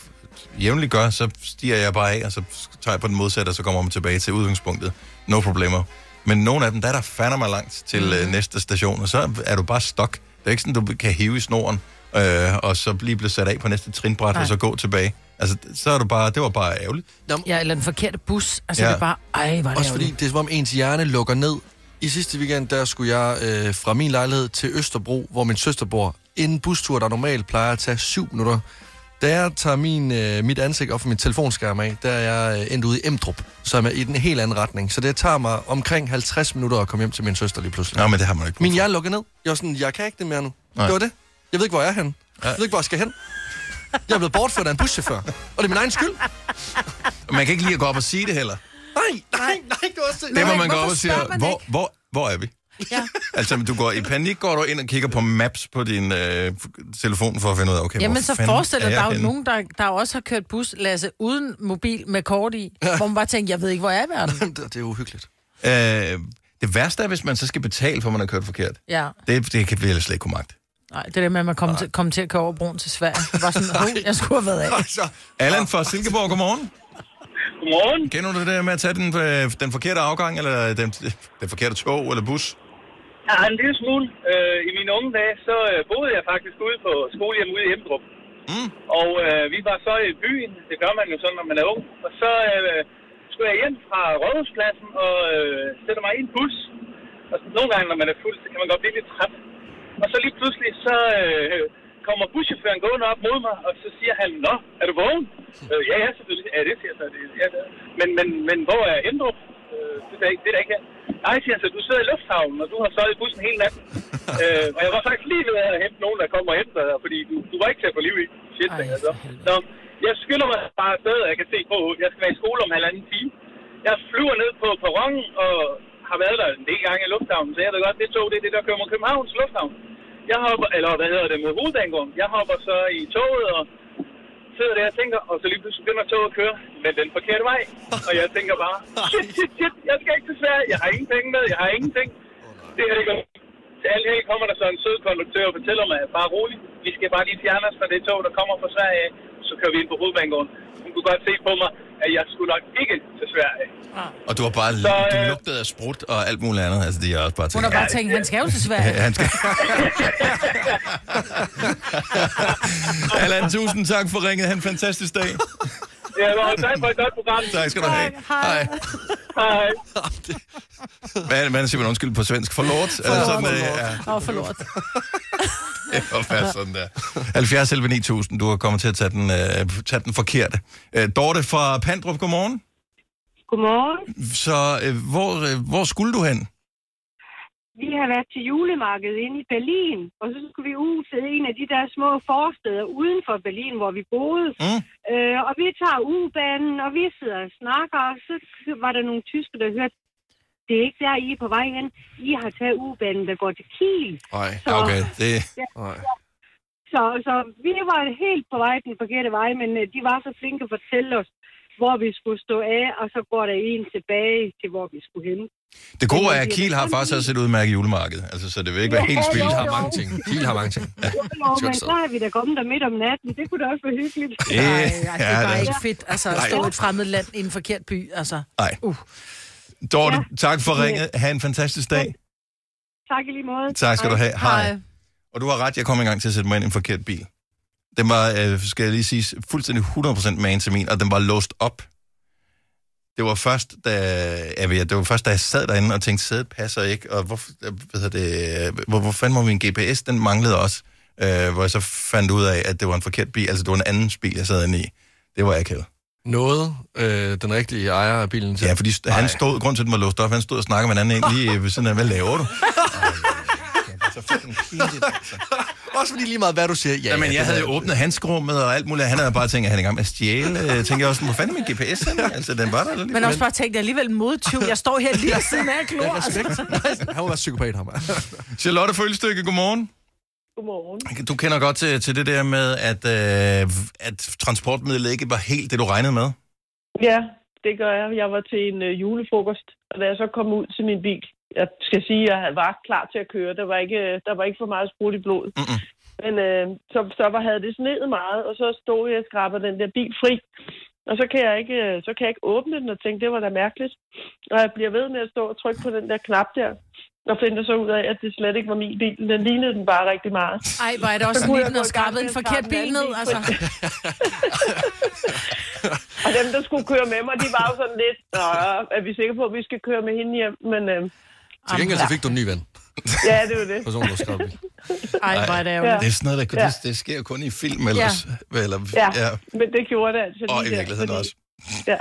Speaker 1: jævnligt gør, så stiger jeg bare af, og så tager jeg på den modsatte, og så kommer man tilbage til udgangspunktet. No problemer. Men nogle af dem, der er der fandme langt til mm. øh, næste station, og så er du bare stok. Det er ikke sådan, du kan hive i snoren, øh, og så lige blive sat af på næste trinbræt,
Speaker 3: Nej.
Speaker 1: og så gå tilbage. Altså, så er du bare, det var bare ærgerligt.
Speaker 3: Ja, eller den forkerte bus. Altså,
Speaker 1: Ja.
Speaker 3: ja. det er bare, ej, var det
Speaker 2: Også fordi det er som om ens hjerne lukker ned. I sidste weekend, der skulle jeg øh, fra min lejlighed til Østerbro, hvor min søster bor. En bustur, der normalt plejer at tage syv minutter. Da jeg tager min, øh, mit ansigt op fra min telefonskærm af, der er jeg øh, endt ude i Emdrup, som er i den helt anden retning. Så det tager mig omkring 50 minutter at komme hjem til min søster lige pludselig.
Speaker 1: Nå, men det har man jo ikke brug
Speaker 2: Min hjerne lukker ned. Jeg var sådan, jeg kan ikke det mere nu.
Speaker 1: Nej.
Speaker 2: Nej. Det var det. Jeg ved ikke, hvor jeg er henne.
Speaker 1: Ja.
Speaker 2: Jeg ved ikke, hvor jeg skal hen. Jeg er blevet bortført af en buschauffør. Og det er min egen skyld.
Speaker 1: for. Man kan ikke lige gå op og sige det heller.
Speaker 2: Nej, nej, nej, det var også...
Speaker 1: Det må
Speaker 2: Nej,
Speaker 1: man gå op
Speaker 2: hvorfor
Speaker 1: og sige,
Speaker 2: spørger man
Speaker 1: hvor,
Speaker 2: ikke?
Speaker 1: hvor, hvor er vi?
Speaker 3: Ja.
Speaker 1: Altså, du går i panik, går du ind og kigger på maps på din øh, telefon for at finde ud af, okay, hvor
Speaker 3: Jamen, så
Speaker 1: fanden
Speaker 3: forestil
Speaker 1: er
Speaker 3: dig,
Speaker 1: jeg
Speaker 3: der er jo
Speaker 1: henne?
Speaker 3: nogen, der, der også har kørt bus, Lasse, uden mobil med kort i, hvor man bare tænker, jeg ved ikke, hvor jeg er i verden.
Speaker 2: Det, det er uhyggeligt.
Speaker 1: Øh, det værste er, hvis man så skal betale, for man har kørt forkert.
Speaker 3: Ja.
Speaker 1: Det, det kan vi ellers slet ikke kunne magte.
Speaker 3: Nej, det der med, at man kom til, kom til at køre over broen til Sverige. Det var sådan, oh, jeg skulle have været af.
Speaker 1: Allan fra Silkeborg, godmorgen. Godmorgen. Kender du det der med at tage den, øh, den forkerte afgang, eller den, den forkerte tog eller bus?
Speaker 12: Ja, en lille smule. Øh, I mine unge dage, så øh, boede jeg faktisk ude på skolehjem ude i Emdrup. Mm. Og øh, vi var så i byen, det gør man jo sådan, når man er ung. Og så øh, skulle jeg hjem fra Rådhuspladsen og øh, sætte mig i en bus. Og så nogle gange, når man er fuld, så kan man godt blive lidt træt. Og så lige pludselig, så øh, kommer buschaufføren gående op mod mig, og så siger han, Nå, er du vågen? Øh, ja, ja, selvfølgelig. Ja, det siger jeg så. Det, ja, det. Men, men, men hvor er Emdrup? Øh, det er da ikke, det er da ikke her. Nej, siger han så, du sidder i lufthavnen, og du har sovet i bussen hele natten. øh, og jeg var faktisk lige ved at hente nogen, der kommer efter dig, fordi du, du var ikke til at få liv i. Shit, Ej, altså. Så jeg skynder mig bare afsted, og jeg kan se på, jeg skal være i skole om halvanden time. Jeg flyver ned på perronen og har været der en del gange i lufthavnen, så jeg ved godt, det tog, det er det, der kører mod Københavns Lufthavn. Jeg hopper, eller hvad hedder det, med hovedbanegården. Jeg hopper så i toget og sidder der og tænker, og så lige pludselig begynder toget at køre, men den forkerte vej. Og jeg tænker bare, shit, shit, shit, jeg skal ikke til Sverige, jeg har ingen penge med, jeg har ingenting. Det her, det går. Til alt her kommer der så en sød konduktør og fortæller mig, bare rolig, vi skal bare lige fjerne os fra det tog, der kommer fra Sverige, af. så kører vi ind på hovedbanegården. Hun kunne godt se på mig, at jeg skulle nok ikke til Sverige.
Speaker 1: Og du har bare
Speaker 12: Så,
Speaker 1: så,
Speaker 12: øh,
Speaker 1: du lugtede af sprut og alt muligt andet. Altså, det er også bare
Speaker 3: Hun har bare tænkt, han skal jo til Sverige.
Speaker 1: Ja, han skal. Allan, tusind tak for ringet. Han en fantastisk dag.
Speaker 12: Ja, og tak for et godt program.
Speaker 1: Tak skal du have. Hej.
Speaker 12: Hej.
Speaker 1: Hvad, hvad siger man undskyld på svensk? For lort? Er det sådan, øh, ja,
Speaker 3: Åh, forlort.
Speaker 1: det må være sådan der. 70 11 9000, du har kommet til at tage den, øh, tage den forkerte. Øh, Dorte fra Pandrup, godmorgen.
Speaker 13: Godmorgen.
Speaker 1: Så øh, hvor, øh, hvor skulle du hen?
Speaker 13: Vi har været til julemarkedet inde i Berlin, og så skulle vi ud til en af de der små forsteder uden for Berlin, hvor vi boede.
Speaker 1: Mm.
Speaker 13: Øh, og vi tager U-banen, og vi sidder og snakker, og så var der nogle tysker, der hørte, det er ikke der, I er på vej hen. I har taget U-banen, der går til Kiel.
Speaker 1: Nej,
Speaker 13: Så-
Speaker 1: okay. Det...
Speaker 13: Ja.
Speaker 1: Nej.
Speaker 13: Så, så vi var helt på vej den forkerte vej, men øh, de var så flinke at fortælle os, hvor vi skulle stå af, og så går der en tilbage til, hvor vi skulle hen.
Speaker 1: Det gode er, at Kiel har faktisk også et udmærket julemarked. Altså, så det vil ikke være helt spildt.
Speaker 13: Kiel har mange ting.
Speaker 1: Kiel har mange ting. Ja.
Speaker 13: Jo, men så er vi da kommet der midt om natten. Det kunne da også være hyggeligt.
Speaker 1: Det-
Speaker 3: Ej, ej, det
Speaker 1: Ja,
Speaker 3: er
Speaker 1: det er-
Speaker 3: bare ikke fedt, altså, at
Speaker 1: Nej.
Speaker 3: stå i et fremmed land i en forkert by, altså.
Speaker 1: Nej. Dorte, tak for ringet. Ha' en fantastisk dag.
Speaker 13: Tak i lige måde.
Speaker 1: Tak skal du have. Hej. Og du har ret, jeg kom engang til at sætte mig ind i en forkert bil. Den var, øh, skal jeg lige sige, fuldstændig 100% man til min, og den var låst op. Det var først, da, jeg ved, det var først, da jeg sad derinde og tænkte, sædet passer ikke, og hvor, hvad hedder det, øh, hvor, hvor fanden var min GPS? Den manglede også, øh, hvor jeg så fandt ud af, at det var en forkert bil, altså det var en anden bil, jeg sad inde i. Det var akavet.
Speaker 2: Noget øh, den rigtige ejer af bilen til.
Speaker 1: Ja, fordi st- han stod, grund til, at den var låst op, han stod og snakkede med en anden en lige øh, ved siden af, hvad laver du?
Speaker 2: Også fordi lige meget, hvad du siger. Ja,
Speaker 1: Ja, men
Speaker 2: ja,
Speaker 1: jeg
Speaker 2: det
Speaker 1: havde
Speaker 2: ved
Speaker 1: jo åbnet handskrummet og alt muligt. Han havde bare tænkt, at han er i gang med at stjæle. Øh, Tænkte jeg også, hvor fanden er min GPS henne? Altså, den var der lige.
Speaker 3: Men også bare tænkte, jeg er alligevel en modtyv. Jeg står her lige ved siden af klor. Altså.
Speaker 2: Han må være psykopat, ham.
Speaker 1: Charlotte Følstykke, godmorgen.
Speaker 14: Godmorgen.
Speaker 1: Du kender godt til, til det der med, at, øh, at transportmidlet ikke var helt det, du regnede med.
Speaker 14: Ja, det gør jeg. Jeg var til en øh, julefrokost, og da jeg så kom ud til min bil, jeg skal sige, at jeg var klar til at køre. Der var ikke, øh, der var ikke for meget sprudt i blodet.
Speaker 1: Mm-mm.
Speaker 14: Men øh, så, så var, havde det sneet meget, og så stod jeg og skraber den der bil fri. Og så kan, jeg ikke, øh, så kan jeg ikke åbne den og tænke, det var da mærkeligt. Og jeg bliver ved med at stå og trykke på den der knap der. Og finder så ud af, at det slet ikke var min bil. Den lignede den bare rigtig meget.
Speaker 3: Ej, hvor er det også
Speaker 14: Så kunne
Speaker 3: lige,
Speaker 14: jeg
Speaker 3: den har
Speaker 14: gå i gang med
Speaker 3: skrabet en
Speaker 14: at
Speaker 3: forkert
Speaker 14: skrabe den
Speaker 3: bil
Speaker 14: anden
Speaker 3: ned,
Speaker 14: bil
Speaker 3: altså.
Speaker 14: Og dem, der skulle køre med mig, de var jo sådan lidt, Nå, er vi sikre på, at vi skal køre med hende hjem? Men øh,
Speaker 2: Til gengæld så fik du en ny ven.
Speaker 14: ja, det var det.
Speaker 2: Personen, der skrev den.
Speaker 3: Ej, hvor er det ærgerligt.
Speaker 1: Det er sådan noget, der,
Speaker 14: Ja.
Speaker 1: ja. det, det sker jo kun i film ellers. Ja. Eller,
Speaker 14: Ja,
Speaker 1: ja.
Speaker 14: men det gjorde det altså.
Speaker 1: Og
Speaker 14: lige
Speaker 1: i
Speaker 14: der,
Speaker 1: virkeligheden
Speaker 14: fordi-
Speaker 1: også.
Speaker 14: Ja,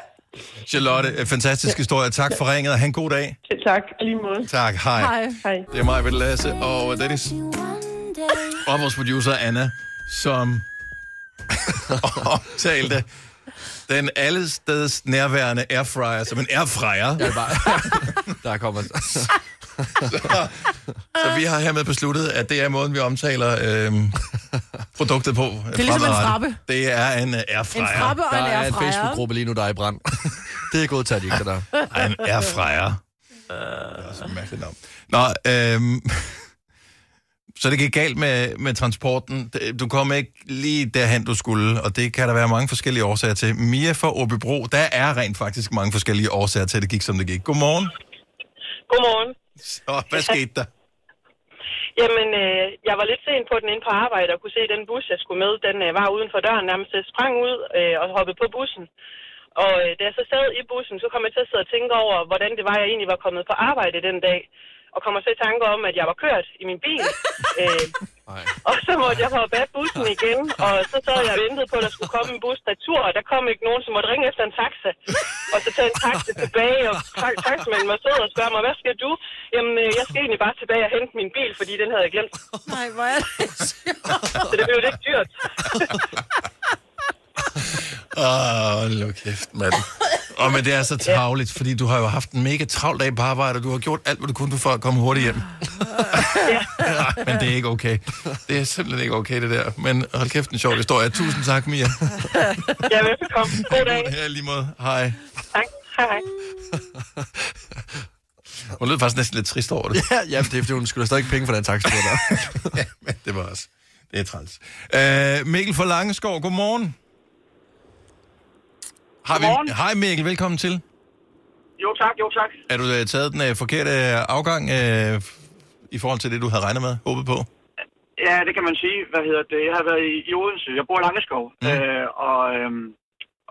Speaker 1: Charlotte, øh, fantastisk historie. Tak for ringet, og have en god dag.
Speaker 14: tak. Lige måde.
Speaker 1: Tak, hej.
Speaker 14: Hej.
Speaker 1: Det er mig, Vette Lasse og Dennis. Og vores producer, Anna, som omtalte den allesteds nærværende airfryer som en airfryer. Ja, bare.
Speaker 2: Der kommer så,
Speaker 1: så vi har hermed besluttet, at det er måden, vi omtaler øh, produktet på. Det
Speaker 3: ligesom en frappe.
Speaker 1: Det er en øh, airfryer.
Speaker 3: En frappe og en
Speaker 2: Der er en
Speaker 3: airfryer.
Speaker 2: Facebook-gruppe lige nu, der er i brand. det er gået til, at de ikke der.
Speaker 1: Ej, en airfryer. Det er også et mærkeligt navn. Nå, øhm, så det gik galt med, med transporten. Det- Du kom ikke lige derhen, du skulle, og det kan der være mange forskellige årsager til. Mia fra Åbybro, der er rent faktisk mange forskellige årsager til, at det gik, som det gik. Godmorgen.
Speaker 15: Godmorgen.
Speaker 1: Så, hvad skete der?
Speaker 15: Jamen, øh, jeg var lidt sent på den inde på arbejde og kunne se den bus, jeg skulle med. Den øh, var uden for døren nærmest. Jeg sprang ud øh, og hoppede på bussen. Og øh, da jeg så sad i bussen, så kom jeg til at sidde og tænke over, hvordan det var, jeg egentlig var kommet på arbejde den dag. Og kommer så i tanke om, at jeg var kørt i min bil. øh, og så måtte jeg hoppe af bussen igen, og så sad jeg og ventede på, at der skulle komme en bus der tur, og der kom ikke nogen, som måtte ringe efter en taxa. Og så tage en taxa tilbage, og ta- taxamanden var sød og spørger mig, hvad skal du? Jamen, øh, jeg skal egentlig bare tilbage og hente min bil, fordi den havde jeg glemt.
Speaker 3: Nej, hvor er det
Speaker 15: Så det blev lidt dyrt.
Speaker 1: Åh, oh, luk kæft, mand. Og men det er så travligt, fordi du har jo haft en mega travl dag på arbejde, og du har gjort alt, hvad du kunne for at komme hurtigt hjem. Nej, men det er ikke okay. Det er simpelthen ikke okay, det der. Men hold kæft, en sjov historie. Tusind tak, Mia.
Speaker 15: Ja, velbekomme. God dag.
Speaker 1: Ja, lige måde. Hej.
Speaker 15: Tak. Hej, hej.
Speaker 1: Hun lød faktisk næsten lidt trist over det.
Speaker 2: Ja, ja, det er fordi, hun skulle stadig penge for den taxa. der.
Speaker 1: Men det var også... Det er træls. Øh, Mikkel fra Langeskov, godmorgen. Har
Speaker 16: Godmorgen.
Speaker 1: vi... Hej Mikkel, velkommen til.
Speaker 16: Jo tak, jo tak.
Speaker 1: Er du øh, taget den øh, forkerte afgang øh, f- i forhold til det, du havde regnet med, håbet på?
Speaker 16: Ja, det kan man sige. Hvad hedder det? Jeg har været i, i Odense. Jeg bor i Langeskov.
Speaker 1: Mm.
Speaker 16: Mm. Øh, og, øhm,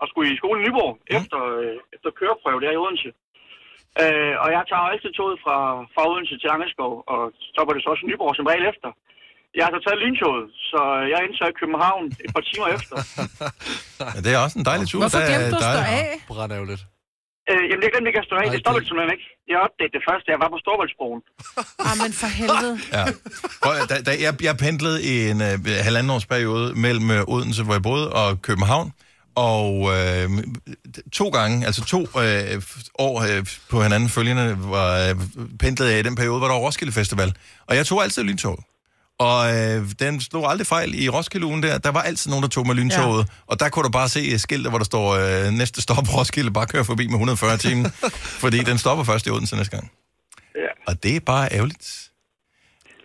Speaker 16: og skulle i skole i Nyborg mm. efter, øh, efter køreprøve der i Odense. Øh, og jeg tager altid toget fra, fra Odense til Langeskov, og stopper det så også i Nyborg som regel efter. Jeg har så taget lyntoget, så jeg endte så i København et par timer efter.
Speaker 1: Men det er også en dejlig tur. Der er- der er-
Speaker 2: Brændævligt.
Speaker 16: Øh, jamen, det glemte jeg ikke at stå af. Det stoppede simpelthen ikke. Jeg opdagede det først, da jeg var på Storvoldsbroen.
Speaker 3: Ah, men for helvede.
Speaker 1: Ja. Prøv, at- da, da jeg, jeg pendlede i en øh, halvanden års periode mellem øh, Odense, hvor jeg boede, og København. Og øh, to gange, altså to øh, f- år øh, på hinanden følgende, var, øh, pendlede jeg i den periode, hvor der var Roskilde Festival. Og jeg tog altid lyntog. Og øh, den slog aldrig fejl i Roskilde-ugen der. Der var altid nogen, der tog med lyntoget. Ja. Og der kunne du bare se øh, skilte, hvor der står øh, næste stop Roskilde, bare kør forbi med 140 timer. fordi den stopper først i Odense næste gang.
Speaker 16: Ja.
Speaker 1: Og det er bare ærgerligt.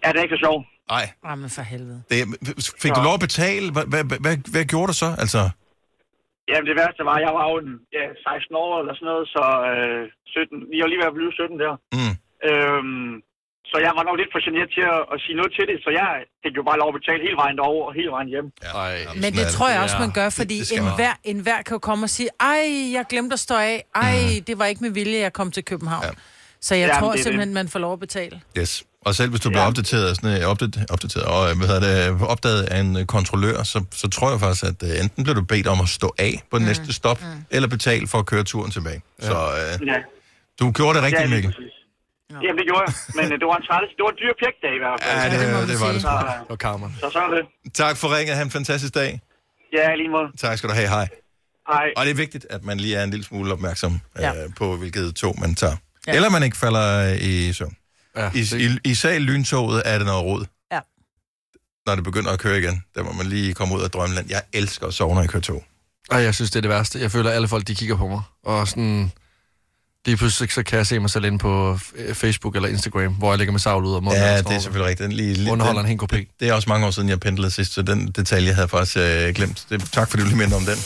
Speaker 16: Ja, det er ikke så sjovt.
Speaker 1: Nej.
Speaker 3: Ah, men for helvede.
Speaker 1: Det, fik du
Speaker 16: Ja.
Speaker 1: lov at betale? Hvad, hvad, hvad, hvad gjorde du så? Altså,
Speaker 16: Jamen det værste var, at jeg var jo en, ja, 16 år eller sådan noget, så øh, 17, jeg var lige ved at blive 17 der.
Speaker 1: Mm.
Speaker 16: Øhm, så jeg var nok lidt for generet til at, at sige noget til det, så jeg fik jo bare lov at betale hele vejen derover og hele vejen hjem.
Speaker 1: Ej,
Speaker 3: Men det tror jeg også, man gør, fordi enhver, enhver kan jo komme og sige, ej, jeg glemte at stå af,
Speaker 1: Mm.
Speaker 3: ej, det var ikke med vilje, jeg kom til København. Ja. Så jeg
Speaker 1: Jamen,
Speaker 3: tror
Speaker 1: det er
Speaker 3: simpelthen,
Speaker 1: det.
Speaker 3: man får lov at betale.
Speaker 1: yes. Og selv hvis du bliver opdateret, af sådan, øh, opdat, opdateret og øh, hvad hedder det, opdaget af en øh, kontrollør, så, så tror jeg faktisk, at øh, enten bliver du bedt om at stå af på mm. næste stop, mm. eller betale for at køre turen tilbage. Ja. Så øh,
Speaker 16: Ja.
Speaker 1: du gjorde det rigtigt,
Speaker 16: Ja, lige
Speaker 1: Mikkel.
Speaker 16: præcis. Ja. Jamen, det gjorde jeg. Men øh, det var en træls, det var en dyr pjekdag i hvert fald.
Speaker 1: Ja, det, det, det var det.
Speaker 16: Så,
Speaker 1: sgu.
Speaker 16: øh,
Speaker 1: Og karma.
Speaker 16: så sådan er det.
Speaker 1: Tak for ringet. Ha' en fantastisk dag.
Speaker 16: Ja, i lige måde.
Speaker 1: Tak skal du have. Hej.
Speaker 16: Hej.
Speaker 1: Og det er vigtigt, at man lige er en lille smule opmærksom
Speaker 16: Ja.
Speaker 1: ja. øh, på, hvilket tog man tager.
Speaker 3: Ja.
Speaker 1: Ja. Eller man ikke falder øh, i søvn. Ja, I, i, især i lyntoget er det noget råd.
Speaker 3: Ja.
Speaker 1: Når det begynder at køre igen, der må man lige komme ud af drømmeland. Jeg elsker at sove, når jeg kører tog.
Speaker 2: Ej, jeg synes, det er det værste. Jeg føler, at alle folk, de kigger på mig. Og sådan... Lige pludselig, så kan jeg se mig selv ind på øh, Facebook eller Instagram, hvor jeg ligger med savl ud og munden.
Speaker 1: Ja, det er selvfølgelig rigtigt. Den lige, lige,
Speaker 2: Underholder
Speaker 1: den,
Speaker 2: en hel
Speaker 1: det, det er også mange år siden, jeg pendlede sidst, så den detalje havde jeg faktisk øh, glemt. Det, tak fordi du lige mindede om den.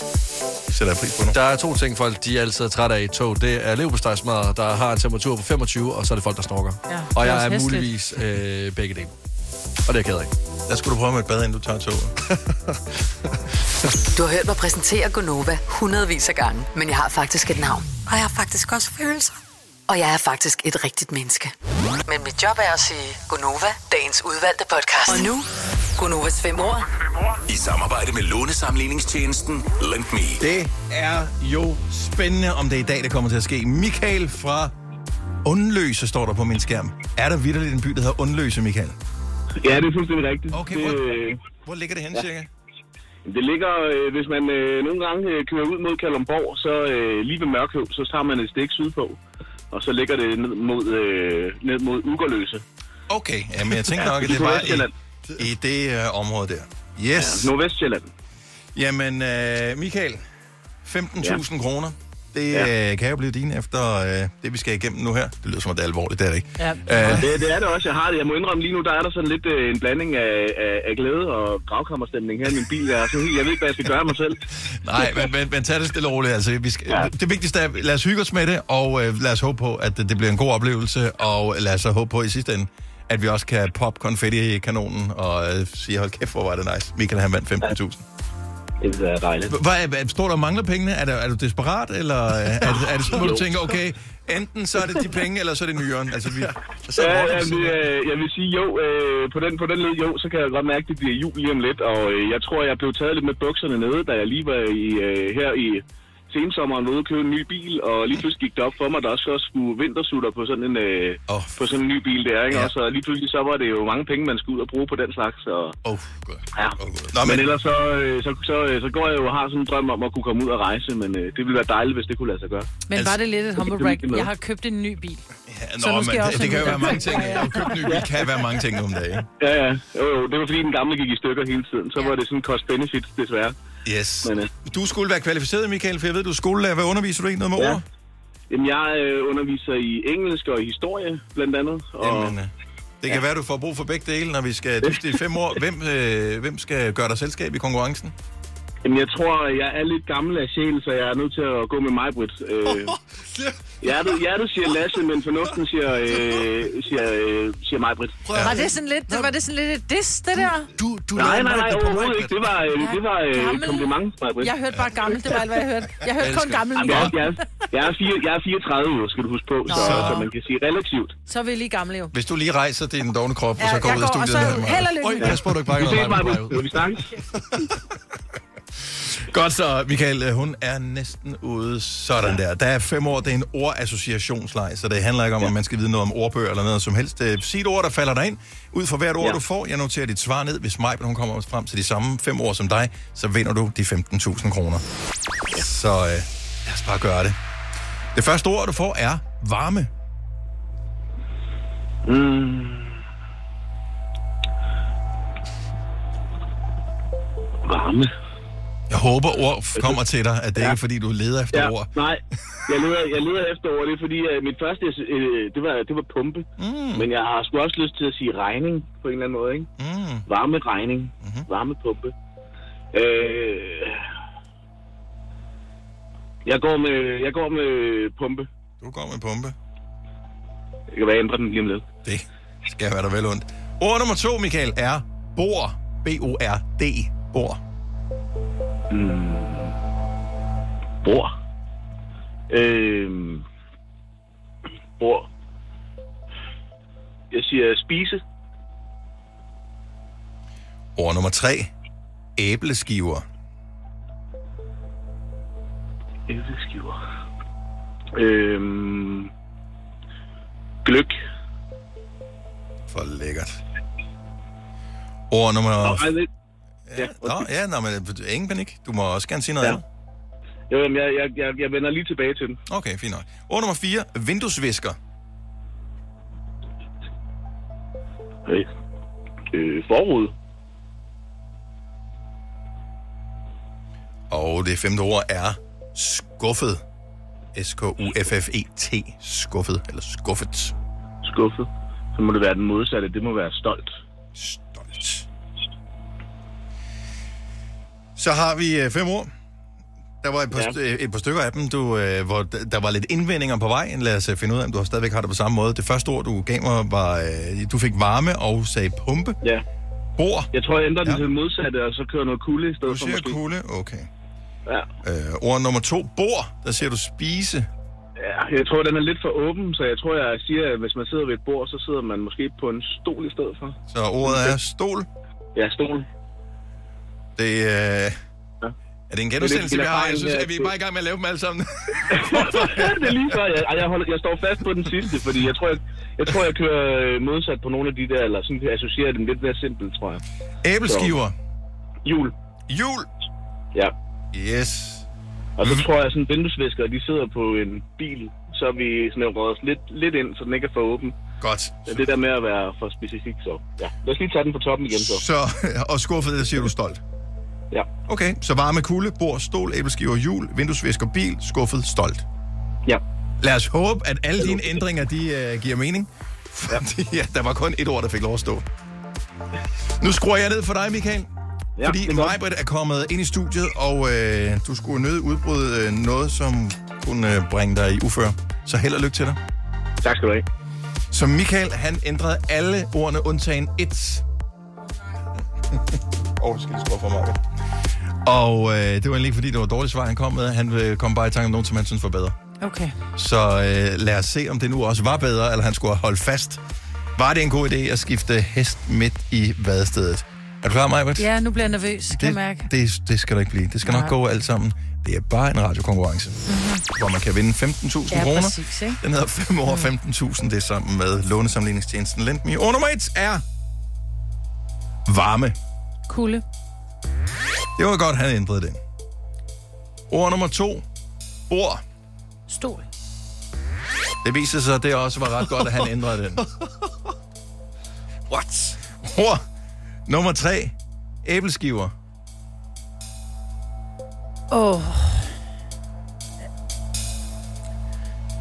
Speaker 1: Det sætter jeg pris på nu.
Speaker 2: Der er to ting, folk de altid er trætte af i et tog. Det er leverpostejsmadder, der har en temperatur på 25, og så er det folk, der snorker.
Speaker 3: Ja, det er
Speaker 2: og jeg
Speaker 3: også
Speaker 2: er
Speaker 3: hæsligt.
Speaker 2: muligvis øh, begge dele. Og det er jeg ked af.
Speaker 1: Der skulle du prøve med et bad, inden du tager toget.
Speaker 4: Du har hørt mig præsentere Gonova hundredvis af gange, men jeg har faktisk et navn. Og jeg har faktisk også følelser. Og jeg er faktisk et rigtigt menneske. Men mit job er at sige Gonova, dagens udvalgte podcast. Og nu, Gonovas fem år.
Speaker 6: I samarbejde med lånesamligningstjenesten Lend Me.
Speaker 1: Det er jo spændende, om det er i dag, det kommer til at ske. Michael fra Undløse står der på min skærm. Er der vidderligt en by, der hedder Undløse, Michael?
Speaker 17: Ja, det er fuldstændig rigtigt.
Speaker 1: Okay,
Speaker 17: det,
Speaker 1: hvor-
Speaker 17: øh,
Speaker 1: Hvor ligger det hen,
Speaker 17: Ja.
Speaker 1: cirka?
Speaker 17: det ligger, øh, hvis man øh, nogle gange øh, kører ud mod Kalumborg, så øh, lige ved Mørkøv, så tager man et stik sydpå. Og så ligger det ned mod, øh, ned mod Ugerløse.
Speaker 1: Okay, ja, men jeg tænkte nok, at
Speaker 17: i
Speaker 1: det var
Speaker 17: Nordvestjylland.
Speaker 1: i, i det øh, område der. Yes.
Speaker 17: Ja, Nordvestjylland.
Speaker 1: Jamen, øh, Michael, 15.000 ja. kroner. Det
Speaker 17: Ja.
Speaker 1: ja. kan jo blive dine efter øh, det, vi skal igennem nu her. Det lyder som, at det er alvorligt, det er det ikke.
Speaker 3: Ja.
Speaker 1: Øh,
Speaker 17: Det, det er det også, jeg har det. Jeg må indrømme lige nu, der er der sådan lidt øh, en blanding af, af, af glæde og gravkammerstemning her i min bil. Jeg, er sådan, helt- jeg ved ikke, hvad jeg skal gøre af mig selv.
Speaker 1: Nej, men, men, men tag det stille og roligt. Altså, vi skal, ja. Det vigtigste er, lad os hygge os med det, og øh, lad os håbe på, at det, det bliver en god oplevelse, og lad os så håbe på i sidste ende, at vi også kan poppe konfetti i kanonen og øh, sige, hold kæft, hvor var det nice. Michael, han vandt 15.000.
Speaker 17: Det er dejligt.
Speaker 1: Hvad er, er- står der og mangler pengene? Er, der, er du desperat, eller øh, er, er, det- er det sådan, hvor du
Speaker 17: Jo.
Speaker 1: tænker, okay, enten så er det de penge, eller så er det nyeren? Altså, vi, så
Speaker 17: Ja,
Speaker 1: er
Speaker 17: ja,
Speaker 1: det,
Speaker 17: men, øh, jeg vil sige jo, øh, på, den, på den led jo, så kan jeg godt mærke, at det bliver jul lige om lidt, og øh, jeg tror, jeg blev taget lidt med bukserne nede, da jeg lige var i, øh, her i sensommeren ude og købe en ny bil, og lige pludselig gik det op for mig, at der også, også skulle vintersutter på sådan en, øh,
Speaker 1: oh.
Speaker 17: på sådan en ny bil der, ikke? Ja. Og så lige pludselig så var det jo mange penge, man skulle ud og bruge på den slags, og...
Speaker 1: Oh,
Speaker 17: ja.
Speaker 1: Nå,
Speaker 17: Nå, men...
Speaker 1: men-
Speaker 17: men ellers så, øh, så, så, øh, så går jeg jo og har sådan en drøm om at kunne komme ud og rejse, men øh, det ville være dejligt, hvis det kunne lade sig gøre.
Speaker 3: Men
Speaker 1: Altså,
Speaker 3: var det lidt et humble brag? Jeg har købt en ny bil.
Speaker 1: Ja,
Speaker 3: Så nu
Speaker 1: nå,
Speaker 3: skal
Speaker 1: men
Speaker 3: jeg også
Speaker 1: det, det
Speaker 3: have
Speaker 1: kan
Speaker 3: nyere.
Speaker 1: jo være mange ting. At købe en ny bil kan være mange ting nu om dagen. ikke?
Speaker 17: Ja, ja. Jo, jo, det var fordi, den gamle gik i stykker hele tiden. Så ja. var det sådan cost-benefit, desværre.
Speaker 1: Yes.
Speaker 17: Men, øh,
Speaker 1: Du skulle være kvalificeret, Michael, for jeg ved, du er skolelærer. Hvad underviser du i? Noget med
Speaker 17: Ja.
Speaker 1: ord?
Speaker 17: jamen, jeg øh, underviser i engelsk og i historie, blandt andet. Og,
Speaker 1: Jamen, øh, det kan ja. være, du får brug for begge dele, når vi skal dyste i fem år. Hvem, øh, hvem skal gøre dig selskab i konkurrencen?
Speaker 17: jamen, jeg tror, jeg er lidt gammel af sjæl, så jeg er nødt til at gå med mig, Britt. Øh, hjertet, hjertet siger Lasse, men fornuften siger, øh, siger, øh, siger mig, Britt.
Speaker 3: Ja. Var det sådan lidt, det var det sådan lidt et diss, det der?
Speaker 1: Du, du
Speaker 17: Nej, nej, nej, overhovedet ikke. Det var, øh, det var øh, et kompliment, mig, Britt.
Speaker 3: Jeg hørte bare gammel, det var alt, hvad jeg hørte. Jeg hørte kun gammel
Speaker 17: Jamen, jeg,
Speaker 3: Michael.
Speaker 17: er- jeg, er- jeg, er fire, jeg er 34 år, skal du huske på, så,
Speaker 1: Nå.
Speaker 17: så man kan sige relativt.
Speaker 3: Så er vi lige gamle jo.
Speaker 1: Hvis du lige rejser din dogne krop,
Speaker 3: Ja,
Speaker 1: og så går
Speaker 3: jeg
Speaker 1: ud af
Speaker 3: går, og
Speaker 1: studiet.
Speaker 3: så
Speaker 1: her, Maja.
Speaker 3: held og lykke.
Speaker 1: Øj, pas på, du ikke bare
Speaker 17: Vi
Speaker 1: gør
Speaker 17: ses,
Speaker 1: noget
Speaker 17: Maja.
Speaker 1: vej ud.
Speaker 17: Vi snakkes.
Speaker 1: Godt så, Michael, øh, hun er næsten ude sådan der. Der er fem år, det er en ordassociationsleg, så det handler ikke om, at man skal vide noget om ordbøger eller noget som helst. Øh, Sig et ord, der falder dig ind. Ud fra hvert ord,
Speaker 17: Ja.
Speaker 1: du får, jeg noterer dit svar ned. Hvis Maj, hun kommer frem til de samme fem ord som dig, så vinder du de 15.000 kroner. Så øh, lad os bare gøre det. Det første ord, du får, er varme.
Speaker 17: Mm. Varme.
Speaker 1: Jeg håber, ord f- kommer til dig, at det ikke er, fordi du leder efter ord.
Speaker 17: Nej, jeg leder, jeg leder efter ord. Det er fordi, uh, mit første, uh, det, var, det var pumpe. Mm. Men jeg har sgu også lyst til at sige regning på en eller anden måde. Ikke?
Speaker 1: Mm.
Speaker 17: Varme regning. Mm-hmm. Varme pumpe. Øh, jeg, går med, jeg går med pumpe.
Speaker 1: Du går med pumpe.
Speaker 17: Det kan være, jeg ændrer den lige om lidt.
Speaker 1: Det skal være dig vel ondt. Ord nummer to, Michael, er bor. B-O-R-D. Bor.
Speaker 17: Mm. Bor. Øhm. Bor. Jeg siger spise.
Speaker 1: Ord nummer tre, æbleskiver.
Speaker 17: Æbleskiver. Øhm. Gløk.
Speaker 1: For lækkert. Ord nummer...
Speaker 17: Nå, ej, det-
Speaker 1: Ja, nå, ja, nå, men øh, ingen panik. Du må også gerne sige noget
Speaker 17: Ja.
Speaker 1: ja. andet.
Speaker 17: Jo, jamen, jeg, jeg, jeg, jeg vender lige tilbage til den.
Speaker 1: Okay, fint nok. Ord nummer 4. Vinduesvisker.
Speaker 17: Hey. Øh, forud.
Speaker 1: Og det femte ord er skuffet. S-K-U-F-F-E-T. E Skuffet, eller skuffet.
Speaker 17: Skuffet. Så må det være den modsatte. Det må være stolt.
Speaker 1: Så har vi øh, fem ord. Der var et par, ja. et par stykker af dem, du, øh, hvor d- der var lidt indvendinger på vej. Lad os øh, finde ud af, om du stadigvæk har det på samme måde. Det første ord, du gav mig, var, øh, du fik varme og sagde pumpe.
Speaker 17: Ja.
Speaker 1: Bor.
Speaker 17: Jeg tror, jeg ændrer den til den modsatte, og så kører noget kulde i stedet
Speaker 1: Du
Speaker 17: for
Speaker 1: siger
Speaker 17: måske.
Speaker 1: kulde, okay.
Speaker 17: Ja.
Speaker 1: Øh, ord nummer to, bor. Der siger du spise.
Speaker 17: Ja, jeg tror, den er lidt for åben, så jeg tror, jeg siger, at hvis man sidder ved et bord, så sidder man måske på en stol i stedet for.
Speaker 1: Så ordet er stol.
Speaker 17: Ja, stol.
Speaker 1: Det, øh... Er det en genudsendelse, vi har? Jeg synes, at vi er bare i gang med at lave dem alle sammen.
Speaker 17: det er lige før. Jeg, ej, jeg, holder, jeg står fast på den sidste, fordi jeg tror, jeg, jeg, tror, jeg kører øh, modsat på nogle af de der, eller sådan associerer dem lidt mere simpelt, tror jeg.
Speaker 1: Æbleskiver.
Speaker 17: Så, jul.
Speaker 1: Jul?
Speaker 17: Ja.
Speaker 1: Yes. Mm-hmm.
Speaker 17: Og så tror jeg, sådan vinduesvisker, de sidder på en bil, så er vi snævrer os lidt, lidt ind, så den ikke er for åben.
Speaker 1: Godt.
Speaker 17: Så det der med at være for specifik, så ja. Lad os lige tage den på toppen igen, så.
Speaker 1: Så, og skuffet, der siger du stolt.
Speaker 17: Ja.
Speaker 1: Okay, så varme kulde, bord, stol, æbleskiver, jul, vinduesvisker, bil, skuffet, stolt.
Speaker 17: Ja.
Speaker 1: Lad os håbe, at alle dine ændringer, de uh, giver mening. Fordi ja, der var kun et ord, der fik lov at stå. Nu skruer jeg ned for dig, Michael. Ja, fordi Majbrit er kommet ind i studiet, og øh, du skulle nødt udbryde øh, noget, som kunne øh, bringe dig i ufør. Så held og lykke til dig.
Speaker 17: Tak skal du have.
Speaker 1: Så Michael, han ændrede alle ordene undtagen et. Åh, oh, skal lige skrue for mig. Og øh, det var egentlig ikke, fordi det var et dårligt svar, han kom med. Han øh, kom bare i tanke om nogen, som han synes var bedre.
Speaker 3: Okay.
Speaker 1: Så øh, lad os se, om det nu også var bedre, eller han skulle have holdt fast. Var det en god idé at skifte hest midt i vadestedet? Er du klar, Majbert?
Speaker 3: Ja, nu bliver jeg nervøs, kan jeg mærke.
Speaker 1: Det, det skal der ikke blive. Det skal Nej. nok
Speaker 3: Nej. Mhm.
Speaker 1: gå alt sammen. Det er bare en radiokonkurrence, mm-hmm. hvor man kan vinde 15.000
Speaker 3: Ja,
Speaker 1: kroner.
Speaker 3: præcis, ikke?
Speaker 1: Den hedder 5 år 15.000. Det er sammen med lånesamligningstjenesten Lendme. Ord nummer 1 er varme.
Speaker 3: Kulde.
Speaker 1: Det var godt, han ændrede den. Ord nummer 2. Ord.
Speaker 3: Stol.
Speaker 1: Det viser sig, at det også var ret godt, at han ændrede den. What? Ord. Nummer 3. Æbleskiver.
Speaker 3: Åh. Oh.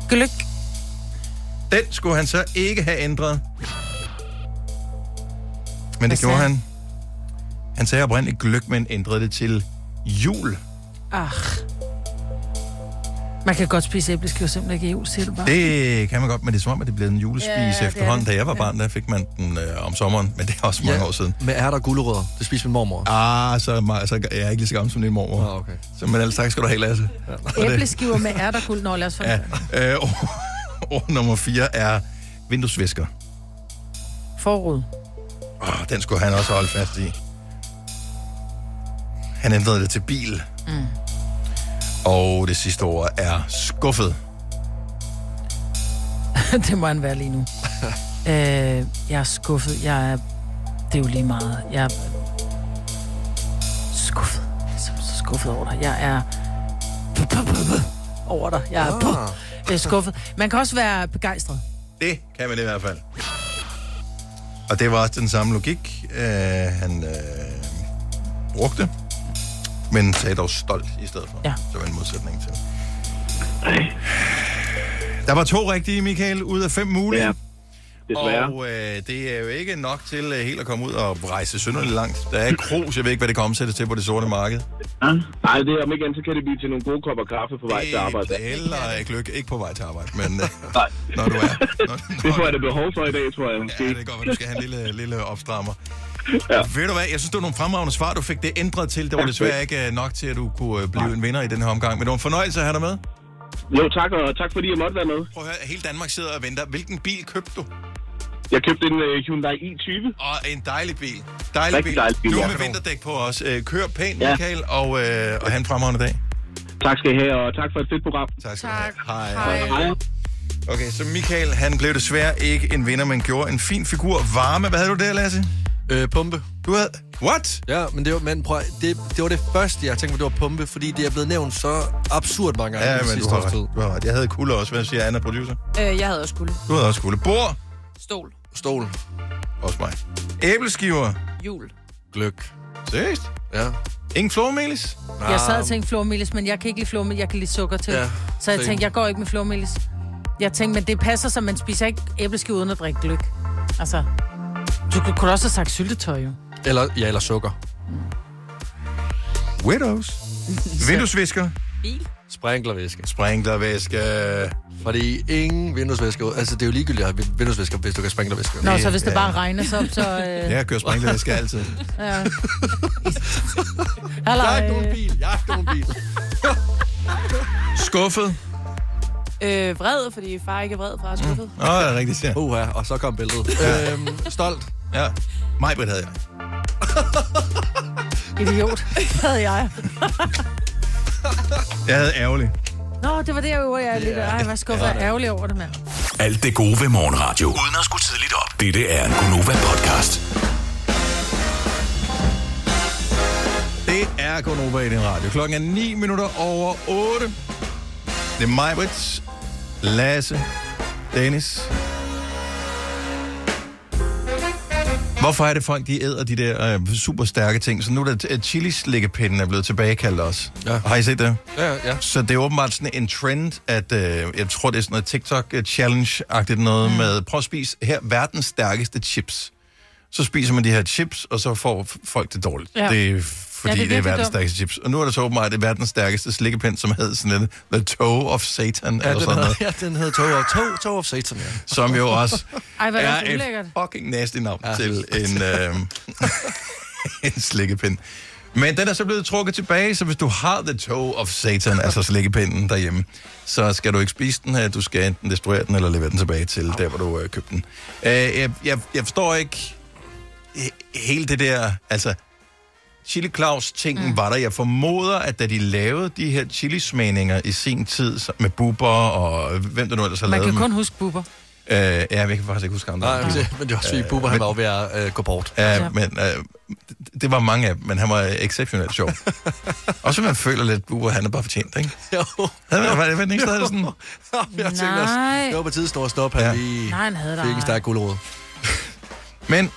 Speaker 3: Gløk.
Speaker 1: Den skulle han så ikke have ændret. Men
Speaker 3: Hvad
Speaker 1: det gjorde
Speaker 3: sagde
Speaker 1: han. Han sagde oprindeligt gløk, men ændrede det til jul.
Speaker 3: Ach. Ah. Man kan godt spise æbleskiver, simpelthen ikke i jul, siger du bare.
Speaker 1: Det kan man godt, men det er som om, at det blev en julespise
Speaker 3: Ja, ja, det
Speaker 1: ja,
Speaker 3: er
Speaker 1: efterhånden.
Speaker 3: det.
Speaker 1: Da jeg var barn, der fik man den øh, om sommeren, men det er også mange ja. år siden.
Speaker 2: Med ærter og gulerødder. Det spiser min mormor.
Speaker 1: Ah, så, er mig, så er jeg ikke lige så gammel som din mormor. Ah, okay. Så, men ellers tak skal du have, Lasse. Ja.
Speaker 3: Æbleskiver med ærterkuld. Nå, lad os få
Speaker 1: Ja. Øh, ord, ord nummer 4 er vinduesvisker.
Speaker 3: Forrud.
Speaker 1: Oh, den skulle han også holde fast i. Han ændrede det til bil.
Speaker 3: Mm.
Speaker 1: Og det sidste ord er skuffet.
Speaker 3: det må han være lige nu. øh, jeg er skuffet. Jeg er... Det er jo lige meget. Jeg er skuffet. Jeg er simpelthen så skuffet over dig. Jeg er over dig. Jeg er øh,
Speaker 1: Ah.
Speaker 3: skuffet. Man kan også være begejstret.
Speaker 1: Det kan man i hvert fald. Og det var også den samme logik, øh, han øh, brugte. Men sagde dog stolt i stedet for. Ja. Så var en modsætning til. Der var to rigtige, Michael, ud af fem mulige. Ja.
Speaker 17: desværre.
Speaker 1: Og øh, det er jo ikke nok til øh, helt at komme ud og rejse synderligt langt. Der er krus, jeg ved ikke, hvad det kan omsættes til på det sorte marked.
Speaker 17: Ja. Nej, det er om ikke andet, så kan det blive til nogle gode kopper kaffe på vej til arbejde.
Speaker 1: Eller ikke lykke, ikke på vej til arbejde, men øh,
Speaker 17: Nej.
Speaker 1: når du er. Når,
Speaker 17: Det får jeg da behov for i dag, tror jeg.
Speaker 1: Ja, det er godt, at du skal have en lille, lille opstrammer. Ja. Ved du hvad, jeg synes, det var nogle fremragende svar, du fik det ændret til. Det var
Speaker 17: Ja,
Speaker 1: desværre
Speaker 17: fedt.
Speaker 1: ikke øh, nok til, at du kunne øh, blive en vinder i den her omgang. Men det var en fornøjelse at have dig med.
Speaker 17: Jo, tak, og tak fordi jeg måtte være med.
Speaker 1: Prøv at høre, hele Danmark sidder og venter. Hvilken bil købte du?
Speaker 17: Jeg købte en uh, Hyundai i20.
Speaker 1: Og en dejlig bil. Dejlig
Speaker 17: Rigtig dejlig bil,
Speaker 1: Nu
Speaker 17: ja.
Speaker 1: med vinterdæk på os. Øh, Kør pænt,
Speaker 17: Ja.
Speaker 1: Michael, og, øh, og have en fremragende dag.
Speaker 17: Tak skal I have, og tak for et fedt program.
Speaker 1: Tak skal du have. Hej.
Speaker 17: Hej.
Speaker 1: Okay, så Michael, han blev desværre ikke en vinder, men gjorde en fin figur. Varme, hvad havde du der, Lasse?
Speaker 2: Øh, pumpe.
Speaker 1: Du havde... What?
Speaker 2: Ja, men det var, men prøv, at- det, det var det første, jeg tænkte på, det var pumpe, fordi det er blevet nævnt så absurd mange gange
Speaker 1: Ja,
Speaker 2: den
Speaker 1: men du
Speaker 2: sidste
Speaker 1: har
Speaker 2: års tid.
Speaker 1: ret. Du har ret. Jeg havde kulde også. Hvad siger Anna, producer?
Speaker 5: Øh, jeg havde også guld.
Speaker 1: Du havde også kulde. Bord.
Speaker 5: Stol.
Speaker 2: Stol.
Speaker 1: Også mig. Æbleskiver.
Speaker 5: Jul.
Speaker 2: Gløk.
Speaker 1: Seriøst?
Speaker 2: Ja.
Speaker 1: Ingen flormelis?
Speaker 3: Jeg sad og tænkte flormelis, men jeg kan ikke lide flormelis, jeg kan lide sukker til.
Speaker 1: Ah. Ja,
Speaker 3: Ja, så jeg
Speaker 1: same.
Speaker 3: tænkte, jeg går ikke med flormelis. Jeg tænkte, men det passer sig, man spiser ikke æbleskiver uden at drikke gløk. Altså, du kunne- kunne også have sagt syltetøj, jo.
Speaker 2: Eller, ja, eller sukker.
Speaker 1: Widows. Vinduesvisker.
Speaker 5: Bil.
Speaker 2: Sprinklervæske.
Speaker 1: Sprinklervæske.
Speaker 2: Fordi ingen vinduesvæske... Altså, det er jo ligegyldigt at have vinduesvæske, hvis du kan sprinklervæske.
Speaker 3: Nå, så hvis det bare regner, så... så øh,
Speaker 1: Jeg kører sprinklervæske altid.
Speaker 3: ja.
Speaker 2: Jeg har
Speaker 3: Halløj.
Speaker 5: Øh,
Speaker 2: ikke nogen bil. Jeg har ikke nogen bil.
Speaker 1: Skuffet.
Speaker 5: Øh, vred, fordi far ikke er vred fra skuffet.
Speaker 1: Åh, oh, det er rigtigt, ja.
Speaker 2: Uha, og så kom billedet. øhm, stolt.
Speaker 1: Ja. Majbrit havde jeg.
Speaker 3: Idiot, havde jeg.
Speaker 1: Jeg havde ærgerlig.
Speaker 3: Nå, det var det, jeg var, jeg er lidt... Ej, hvad skuffet jeg er ærgerlig over det, mand.
Speaker 6: Alt det gode ved morgenradio. Uden at skulle tidligt op. Dette er en Gonova-podcast.
Speaker 1: Det er Gunova i din radio. Klokken er 9 minutter over 8. Det er Majbrits, Lasse, Dennis. Hvorfor er det folk, de æder de der øh, super stærke ting? Så nu er der chilislikkepinden er blevet tilbagekaldt også. Ja. Har I set det?
Speaker 2: Ja, ja.
Speaker 1: Så det er åbenbart sådan en trend, at øh, jeg tror, det er sådan noget TikTok-challenge-agtigt noget mm. med, prøv at spise her verdens stærkeste chips. Så spiser man de her chips, og så får f- folk det dårligt. Ja.
Speaker 18: Ja.
Speaker 1: Det er fordi
Speaker 18: Ja, det
Speaker 1: ja,
Speaker 18: er
Speaker 1: det, det er
Speaker 18: virkelig
Speaker 1: verdens
Speaker 18: dumt.
Speaker 1: stærkeste chips. Og nu er der så åbenbart det verdens stærkeste slikkepind, som hed sådan lidt The Toe of Satan,
Speaker 2: Ja,
Speaker 1: eller
Speaker 2: den
Speaker 1: sådan
Speaker 2: hedder,
Speaker 1: noget,
Speaker 2: ja, den hedder Tog, Tog, Tog of Satan, ja.
Speaker 1: som jo også
Speaker 3: Ej, hvad er
Speaker 1: er
Speaker 3: det ulækkert.
Speaker 1: et fucking nasty navn ja. til en, øh, en slikkepind. Men den er så blevet trukket tilbage, så hvis du har The Toe of Satan, altså slikkepinden derhjemme, så skal du ikke spise den her. Du skal enten destruere den, eller levere den tilbage til der, hvor du øh, købte den. Øh, jeg, jeg, jeg forstår ikke he- hele det der... Altså, Chili Claus-tingen mm. var der. Jeg formoder, at da de lavede de her chilismagninger i sin tid så- med Bubber og hvem der nu ellers har
Speaker 3: Man
Speaker 1: lavet
Speaker 3: kan kun
Speaker 1: dem.
Speaker 3: huske buber.
Speaker 1: Øh, ja, men jeg kan faktisk ikke huske andre.
Speaker 2: Nej, men det- men det var fordi Bubber, han var jo
Speaker 1: ved at øh, gå bort. Ja, ja. men øh, det, det var mange af dem, men han var øh, exceptionelt sjov. Også man føler lidt, Bubber, han er bare fortjent, ikke?
Speaker 2: Jo.
Speaker 1: Havde man, var det var den ikke stadig sådan?
Speaker 2: Jeg tænkte også,
Speaker 3: Nej.
Speaker 2: det var på tide at stoppe, han ja. lige
Speaker 3: Nej, han havde der.
Speaker 2: fik en stærk gulerod.
Speaker 1: Men,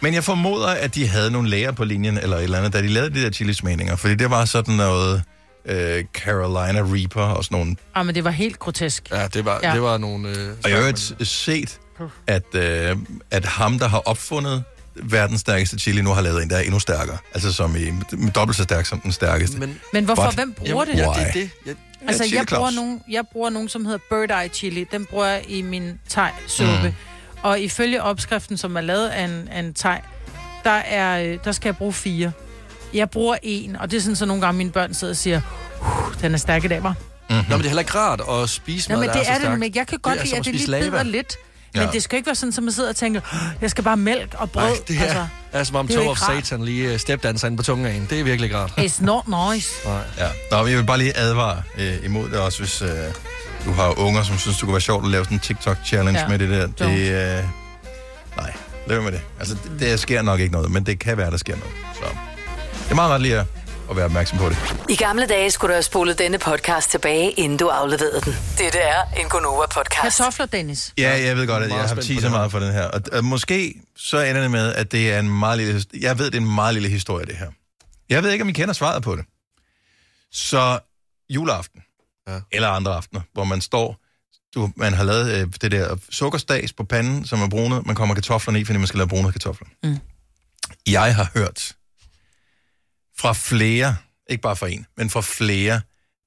Speaker 1: men jeg formoder, at de havde nogle læger på linjen, eller et eller andet, da de lavede de der chilismagninger, fordi det var sådan noget øh, Carolina Reaper og sådan nogle
Speaker 3: Ej, Ah, men det var helt grotesk.
Speaker 2: Ja, det var,
Speaker 3: Ja.
Speaker 2: det var nogle... Øh,
Speaker 1: Og jeg har øvrigt set, at, øh, at ham, der har opfundet verdens stærkeste chili, nu har lavet en, der er endnu stærkere. Altså som i dobbelt så stærk som den stærkeste.
Speaker 2: Men,
Speaker 3: Men hvorfor? Hvem bruger det?
Speaker 1: Why?
Speaker 3: Ja,
Speaker 2: det er det. Jeg,
Speaker 3: Altså, jeg bruger, nogen, jeg bruger nogen, som hedder Bird Eye Chili. Den bruger jeg i min thai-suppe. Mm. Og ifølge opskriften, som er lavet af en, af en thai, der, er, øh, der skal jeg bruge fire. Jeg bruger en, og det er sådan, så nogle gange mine børn sidder og siger, "Uh, den er stærk i dag, var.
Speaker 2: Mm-hmm. Nå, men det er heller ikke rart at spise
Speaker 3: Nå,
Speaker 2: mad,
Speaker 3: men
Speaker 2: der
Speaker 3: det
Speaker 2: er,
Speaker 3: er
Speaker 2: så
Speaker 3: det,
Speaker 2: stærkt.
Speaker 3: men jeg kan godt
Speaker 2: er
Speaker 3: lave,
Speaker 2: som
Speaker 3: at det
Speaker 2: spise
Speaker 3: lige
Speaker 2: lava.
Speaker 3: bider lidt. Men
Speaker 2: Ja.
Speaker 3: det skal ikke være sådan, at man sidder og tænker, "Åh, jeg skal bare mælk og brød.
Speaker 2: Nej, det er, altså, er som om
Speaker 3: det er jo
Speaker 2: Tog of
Speaker 3: ikke rart.
Speaker 2: Satan lige øh, stepdanser ind på tungen af en. Det er virkelig ikke rart.
Speaker 3: It's not nice.
Speaker 2: Nej.
Speaker 1: Ja. Nå, men jeg vil bare lige advare øh, imod det også, hvis øh, du har unger, som synes, det kunne være sjovt at lave sådan en TikTok-challenge
Speaker 3: Ja.
Speaker 1: med det der. Det, øh, nej, lad være med det. Altså, det, der sker nok ikke noget, men det kan være, der sker noget. Så det er meget rart lige at, at være opmærksom på det.
Speaker 4: I gamle dage skulle du have spolet denne podcast tilbage, inden du afleverede den. Dette er en Gonova-podcast.
Speaker 3: Kartofler, Dennis.
Speaker 1: Ja, jeg ved godt, at jeg
Speaker 4: Meget
Speaker 1: har
Speaker 4: spændt på
Speaker 1: teaset meget for den her. Og, og måske så ender det med, at det er en meget lille... Jeg ved, det er en meget lille historie, det her. Jeg ved ikke, om I kender svaret på det. Så juleaften, ja. eller andre aftener, hvor man står... Du, man har lavet øh, det der sukkerstags på panden, som er brunet. Man kommer kartoflerne i, fordi man skal lave brunede kartofler.
Speaker 3: Mm.
Speaker 1: Jeg har hørt fra flere, ikke bare fra en, men fra flere,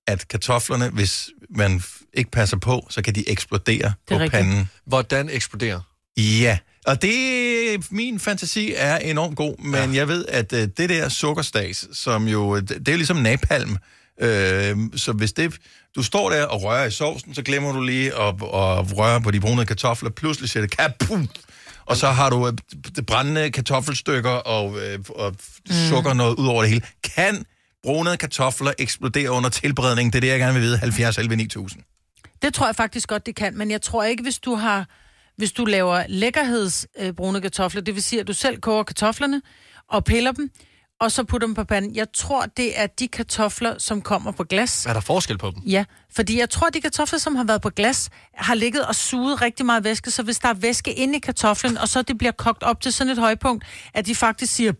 Speaker 1: at kartoflerne, hvis man f- ikke passer på, så kan de eksplodere på rigtigt. panden.
Speaker 2: Hvordan eksploderer?
Speaker 1: Ja, og det, min fantasi er enormt god, men ja. jeg ved, at øh, det der sukkerstas, som jo, det, det er ligesom napalm, øh, så hvis det, du står der og rører i sovsen, så glemmer du lige at, at røre på de brune kartofler, pludselig siger det kapum, og så har du øh, det brændende kartoffelstykker og, øh, og sukker noget ud over det hele. Kan brune kartofler eksplodere under tilberedning? Det er det, jeg gerne vil vide. 70 11 9000.
Speaker 3: Det tror jeg faktisk godt, det kan, men jeg tror ikke, hvis du har hvis du laver lækkerhedsbrune kartofler, det vil sige, at du selv koger kartoflerne og piller dem, og så putter dem på panden. Jeg tror, det er de kartofler, som kommer på glas.
Speaker 2: Er der forskel på dem?
Speaker 3: Ja, fordi jeg tror, at de kartofler, som har været på glas, har ligget og suget rigtig meget væske, så hvis der er væske inde i kartoflen, og så det bliver kogt op til sådan et højpunkt, at de faktisk siger,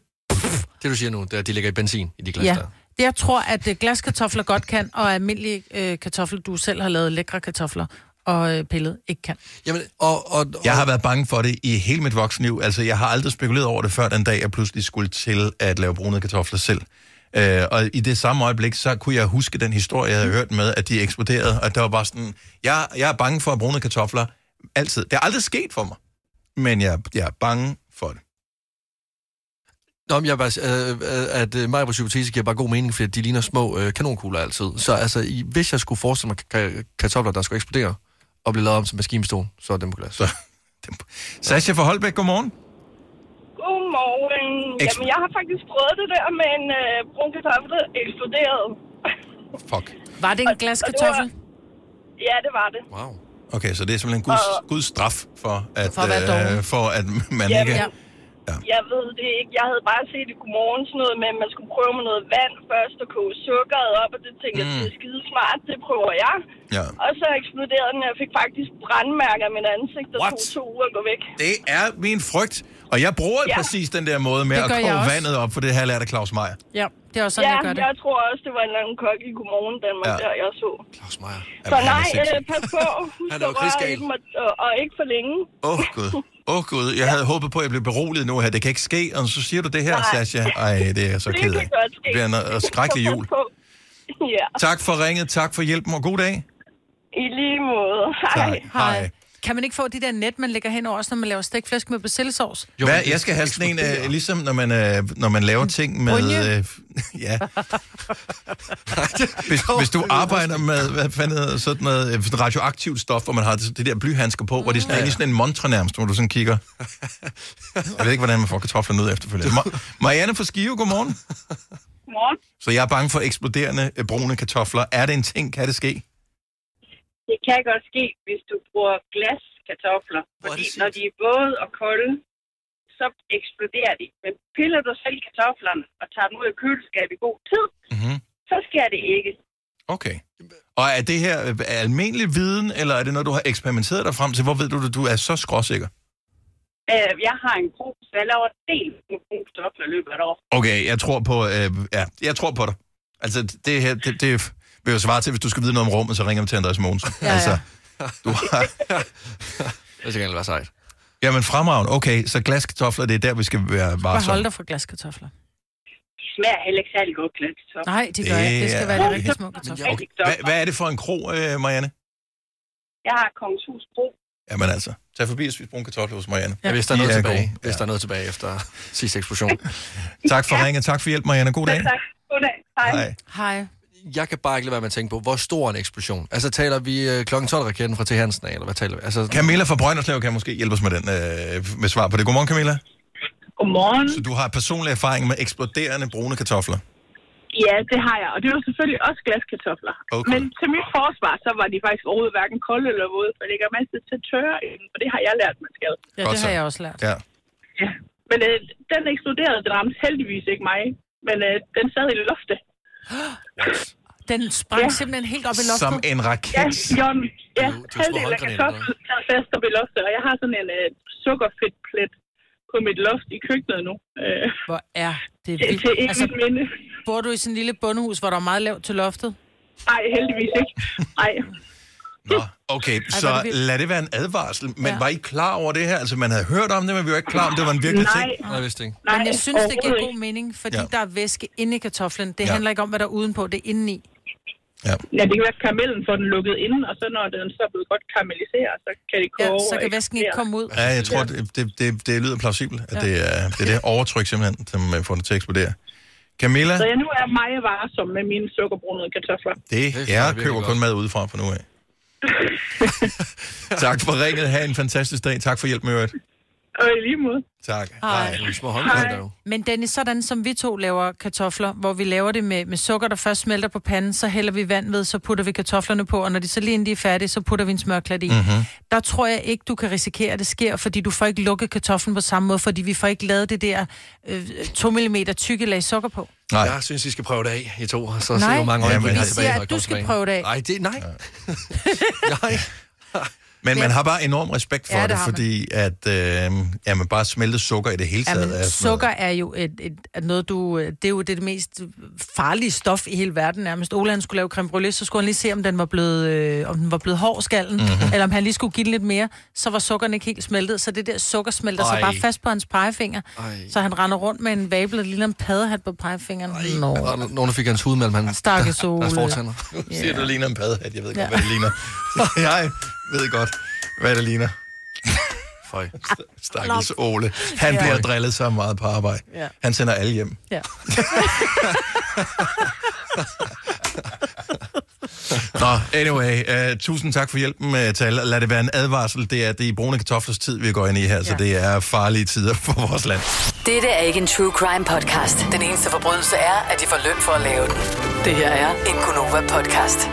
Speaker 2: Det du siger nu, det er, at de ligger i benzin i de glas
Speaker 3: ja,
Speaker 2: der.
Speaker 3: det jeg tror, at øh, glaskartofler godt kan, og almindelige øh, kartofler, du selv har lavet lækre kartofler og øh, pillet, ikke kan.
Speaker 2: Jamen, og, og, og...
Speaker 1: Jeg har været bange for det i hele mit voksenliv. Altså, jeg har aldrig spekuleret over det før den dag, jeg pludselig skulle til at lave brunede kartofler selv. Øh, og i det samme øjeblik, så kunne jeg huske den historie, jeg havde hørt med, at de eksploderede, og det var bare sådan, jeg, jeg er bange for brune kartofler altid. Det er aldrig sket for mig, men jeg, jeg er bange for det.
Speaker 2: Nå, men jeg er bare, øh, at øh, mig på hypotese giver bare god mening, fordi de ligner små øh, kanonkugler altid. Så altså, i, hvis jeg skulle forestille mig ka- ka- kartofler, der skulle eksplodere, og blive lavet om til maskinpistol, så er dem på glas. Så,
Speaker 1: Sascha for Holbæk, godmorgen.
Speaker 18: Godmorgen. Jamen, jeg har faktisk prøvet det der med en øh, brun kartoffel, der eksploderede.
Speaker 3: Var det en glaskartoffel?
Speaker 18: Ja, det var det.
Speaker 2: Wow.
Speaker 1: Okay, så det er simpelthen Guds, Guds straf for, at,
Speaker 18: For at være
Speaker 1: øh,
Speaker 18: doven.
Speaker 1: for at man
Speaker 18: Jamen,
Speaker 1: ikke...
Speaker 18: jeg, jeg ved det ikke. Jeg havde bare set i godmorgen sådan noget med, at man skulle prøve med noget vand først og koge sukkeret op, og det tænkte jeg,
Speaker 1: Mm.
Speaker 18: det er skide smart, det prøver jeg.
Speaker 1: Ja.
Speaker 18: Og så eksploderede den, og jeg fik faktisk brandmærker af mit ansigt, der tog to uger at gå væk.
Speaker 1: Det er min frygt, og jeg bruger ja. præcis den der måde med
Speaker 18: Det
Speaker 1: at
Speaker 18: gør jeg
Speaker 1: koge
Speaker 18: også.
Speaker 1: vandet op, for det har jeg lært af Claus Meier.
Speaker 3: Ja, det er også sådan,
Speaker 18: ja,
Speaker 3: jeg gør det.
Speaker 18: jeg tror også, det var en eller anden kok i Godmorgen Danmark,
Speaker 1: Ja.
Speaker 18: ja. der jeg så.
Speaker 2: Claus Meier.
Speaker 18: Så
Speaker 1: Jamen, han er
Speaker 18: nej, øh,
Speaker 1: sindssyg.
Speaker 18: pas på. Husk
Speaker 1: Han
Speaker 18: at
Speaker 1: er jo
Speaker 18: røre i
Speaker 1: krigsgal.
Speaker 18: dem, og, og- og ikke for længe.
Speaker 1: Åh, oh, Gud. Åh, oh, Gud. Jeg havde håbet på, at jeg blev beroliget nu her. Det kan ikke ske. Og så siger du det her,
Speaker 18: Nej.
Speaker 1: Sasha. Ej, det er jeg så
Speaker 18: Det
Speaker 1: ked
Speaker 18: kan
Speaker 1: af.
Speaker 18: godt ske.
Speaker 1: Det bliver noget skrækkelig jul.
Speaker 18: ja,
Speaker 1: Tak for ringet. Tak for hjælpen, og god dag.
Speaker 18: i lige måde. Hej.
Speaker 1: Tak. Hej.
Speaker 3: Kan man ikke få de der net, man lægger hen over, også når man laver stikflæsk med persillesovs?
Speaker 1: Hvad, jeg skal have sådan en, øh, ligesom når man, øh, når man laver ting med...
Speaker 3: brynje?
Speaker 1: Øh, ja. Hvis, hvis du arbejder med, hvad fanden hedder sådan noget, øh, sådan radioaktivt stof, hvor man har det, det der blyhandsker på, hvor det er sådan,
Speaker 2: Ja,
Speaker 1: ja,
Speaker 2: ja.
Speaker 1: ja. sådan en montre nærmest, hvor du sådan kigger. Jeg ved ikke, hvordan man får kartoflerne ud efterfølgende. Ma- Marianne fra Skive, godmorgen.
Speaker 19: Godmorgen.
Speaker 1: Så jeg er bange for eksploderende øh, brune kartofler. Er det en ting? Kan det ske?
Speaker 19: Det kan godt ske, hvis du bruger glaskartofler, fordi når de er våde og kolde, så eksploderer de. Men piller du selv kartoflerne og tager dem ud af køleskabet i god tid,
Speaker 1: Mhm.
Speaker 19: så sker det ikke.
Speaker 1: Okay. Og er det her øh, almindelig viden, eller er det noget, du har eksperimenteret dig frem til? Hvor ved du, at du er så skråsikker?
Speaker 19: Øh, jeg har en gruppe, så jeg laver del med kartofler i løbet af et år.
Speaker 1: Okay, jeg tror på, øh, ja, jeg tror på dig. Altså, det her, det, det vil jo svare til, hvis du skal vide noget om rummet, så ringer vi til Andreas Mogensen.
Speaker 2: Ja, ja.
Speaker 1: Altså, du har...
Speaker 2: Det skal være sejt.
Speaker 1: Jamen, fremragende. Okay, så glaskartofler, det er der, vi skal være
Speaker 3: Bare hold
Speaker 1: varsomme.
Speaker 3: dig fra glaskartofler.
Speaker 19: De smager heller ikke særlig godt glaskartofler.
Speaker 3: Nej, de gør ikke. Det skal være de rigtig små kartofler.
Speaker 1: Okay. Hvad, hvad er det for en kro, øh, Marianne?
Speaker 19: Jeg har Kongens Hus Bro.
Speaker 1: Jamen altså, tag forbi og spis brune kartofler hos Marianne.
Speaker 2: Ja, hvis der er noget
Speaker 1: De
Speaker 2: tilbage.
Speaker 1: gode.
Speaker 2: Hvis der er noget tilbage efter sidste eksplosion.
Speaker 1: Tak for ringen, tak for hjælp, Marianne. God dag.
Speaker 19: Tak. Goddag. Hej.
Speaker 1: Hej.
Speaker 3: Hej.
Speaker 2: Jeg kan bare ikke lade være med at tænke på, hvor stor en eksplosion. Altså taler vi øh, klokken 12-raketten fra T. Hansen af, eller hvad taler vi? Altså,
Speaker 1: Camilla fra Brønderslev kan måske hjælpe os med, den, øh, med svar på det. Godmorgen, Camilla.
Speaker 19: Godmorgen.
Speaker 1: Så du har personlig erfaring med eksploderende brune kartofler.
Speaker 19: Ja, det har jeg, og det var selvfølgelig også glaskartofler.
Speaker 1: Okay.
Speaker 19: Men til mit forsvar, så var de faktisk overhovedet hverken kolde eller våde, for det ligger masser til tørre i dem, og det har jeg lært, man skal.
Speaker 3: Ja,
Speaker 1: Godt
Speaker 3: det
Speaker 1: så.
Speaker 3: har jeg også lært.
Speaker 1: Ja.
Speaker 19: Men øh, den eksploderede, den ramte heldigvis ikke mig, men øh, den sad i loftet.
Speaker 3: Den sprang ja. simpelthen helt op i loftet.
Speaker 1: Som en raket.
Speaker 19: Ja, John, ja
Speaker 1: små
Speaker 19: halvdelen af
Speaker 1: håndgranater.
Speaker 19: kartoflen sad fast op i loftet, og jeg har sådan en øh, sukkerfedt plet på mit loft i køkkenet nu. Øh,
Speaker 3: Hvor er det Altså,
Speaker 19: Til- til evigt minde.
Speaker 3: Bor du i sådan en lille bundehus, hvor der er meget lavt til loftet?
Speaker 19: Nej, heldigvis ikke. Nej.
Speaker 1: Okay,
Speaker 3: Ej,
Speaker 1: så
Speaker 3: hvor er det vildt.
Speaker 1: lad det være en advarsel. Men
Speaker 3: Altså, Ja.
Speaker 1: ja. var I klar over det her? Altså, man havde hørt om det, men vi var ikke klar om, det var en virkelig
Speaker 3: Nej.
Speaker 1: ting.
Speaker 3: Nej, jeg
Speaker 2: vidste ikke.
Speaker 3: Men jeg synes, det giver
Speaker 19: overhovedet
Speaker 3: god mening, fordi
Speaker 1: Ja.
Speaker 3: ja. der er væske inde i kartoflen. Det
Speaker 1: Ja.
Speaker 3: ja. handler ikke om, hvad der er udenpå, det er indeni.
Speaker 19: Ja, det kan være, at karamellen får den lukket inden, og så når den så er blevet godt karamelliseret, så kan det koge.
Speaker 3: Ja, så kan væsken ikke komme ud.
Speaker 1: Ja, jeg tror, det, det, det, det lyder plausibelt, at
Speaker 19: Ja.
Speaker 1: ja. det, er, det er det overtryk simpelthen, som øh, får det til at eksplodere. Camilla,
Speaker 19: Så jeg nu er meget varsom med mine sukkerbrunede kartofler.
Speaker 1: det er jeg køber kun mad udefra fra nu af. tak for ringet. Ha' en fantastisk dag. Tak for hjælp med øvrigt.
Speaker 19: Og i lige måde.
Speaker 1: Tak.
Speaker 3: Hej.
Speaker 2: Ej, nogle små håndklæder jo.
Speaker 3: Men Dennis, sådan som vi to laver kartofler, hvor vi laver det med, med sukker, der først smelter på panden, så hælder vi vand ved, så putter vi kartoflerne på, og når de så lige inden de er færdige, så putter vi en smørklat i.
Speaker 20: Mhm.
Speaker 3: Der tror jeg ikke, du kan risikere, at det sker, fordi du får ikke lukket kartoflen på samme måde, fordi vi får ikke lavet det der øh, 2 mm tykke lag sukker på.
Speaker 1: Nej. altså,
Speaker 2: Jeg synes, I skal prøve det af, I to, og så se,
Speaker 3: Nej.
Speaker 2: hvor mange
Speaker 1: Ja,
Speaker 2: øjne,
Speaker 1: men
Speaker 2: man har
Speaker 1: vi
Speaker 2: tilbage.
Speaker 1: siger,
Speaker 2: når
Speaker 3: at
Speaker 2: kommer
Speaker 3: du skal
Speaker 2: tilbage.
Speaker 3: prøve det af.
Speaker 2: Nej, det, nej.
Speaker 1: Men man
Speaker 3: Ja.
Speaker 1: har bare enorm respekt for
Speaker 3: Ja,
Speaker 1: ja,
Speaker 3: det
Speaker 1: det, det
Speaker 3: har man.
Speaker 1: fordi at øh, ja, man bare smeltet sukker i det hele taget.
Speaker 3: Jamen,
Speaker 1: er sådan noget-
Speaker 3: sukker er jo et, et, et, noget, du... øh, Det er jo det, mest farlige stof i hele verden nærmest. Ole, han skulle lave creme brûlée, så skulle han lige se, om den var blevet, øh, om den var blevet hård skallen,
Speaker 20: Mhm.
Speaker 3: mm-hmm. eller om han lige skulle give den lidt mere, så var sukkeren ikke helt smeltet, så det der sukker smelter sig
Speaker 20: Ej.
Speaker 3: bare fast på hans pegefinger,
Speaker 2: Ej.
Speaker 3: så han render rundt med en vablet lille en paddehat på pegefingeren. Nå.
Speaker 2: Der var Nogen, der fik hans hud mellem hans,
Speaker 3: Stakkes Ole.
Speaker 2: deres fortænder.
Speaker 1: Nu siger du, det ligner en paddehat. Jeg ved godt,
Speaker 3: Ja.
Speaker 1: ja. hvad det ligner. jeg ved godt, hvad det ligner. Føj. Stakkels Ole. Han
Speaker 3: Ja.
Speaker 1: ja. bliver drillet så meget på arbejde.
Speaker 3: Ja.
Speaker 1: Ja. Han sender alle hjem.
Speaker 3: Ja.
Speaker 1: Nå, anyway. Uh, tusind tak for hjælpen, uh, Tal. Lad det være en advarsel. Det er det brune kartoflers tid, vi går ind i her, ja. så det er farlige tider for vores land.
Speaker 4: Dette er ikke en true crime podcast. Den eneste forbrydelse er, at de får løn for at lave den. Det her er en Gunova-podcast.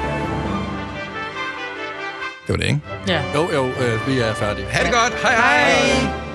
Speaker 1: Det var det, ikke?
Speaker 3: Ja.
Speaker 2: Jo, jo, øh, vi er færdige.
Speaker 1: Ha' det godt. Hej, hej. hej.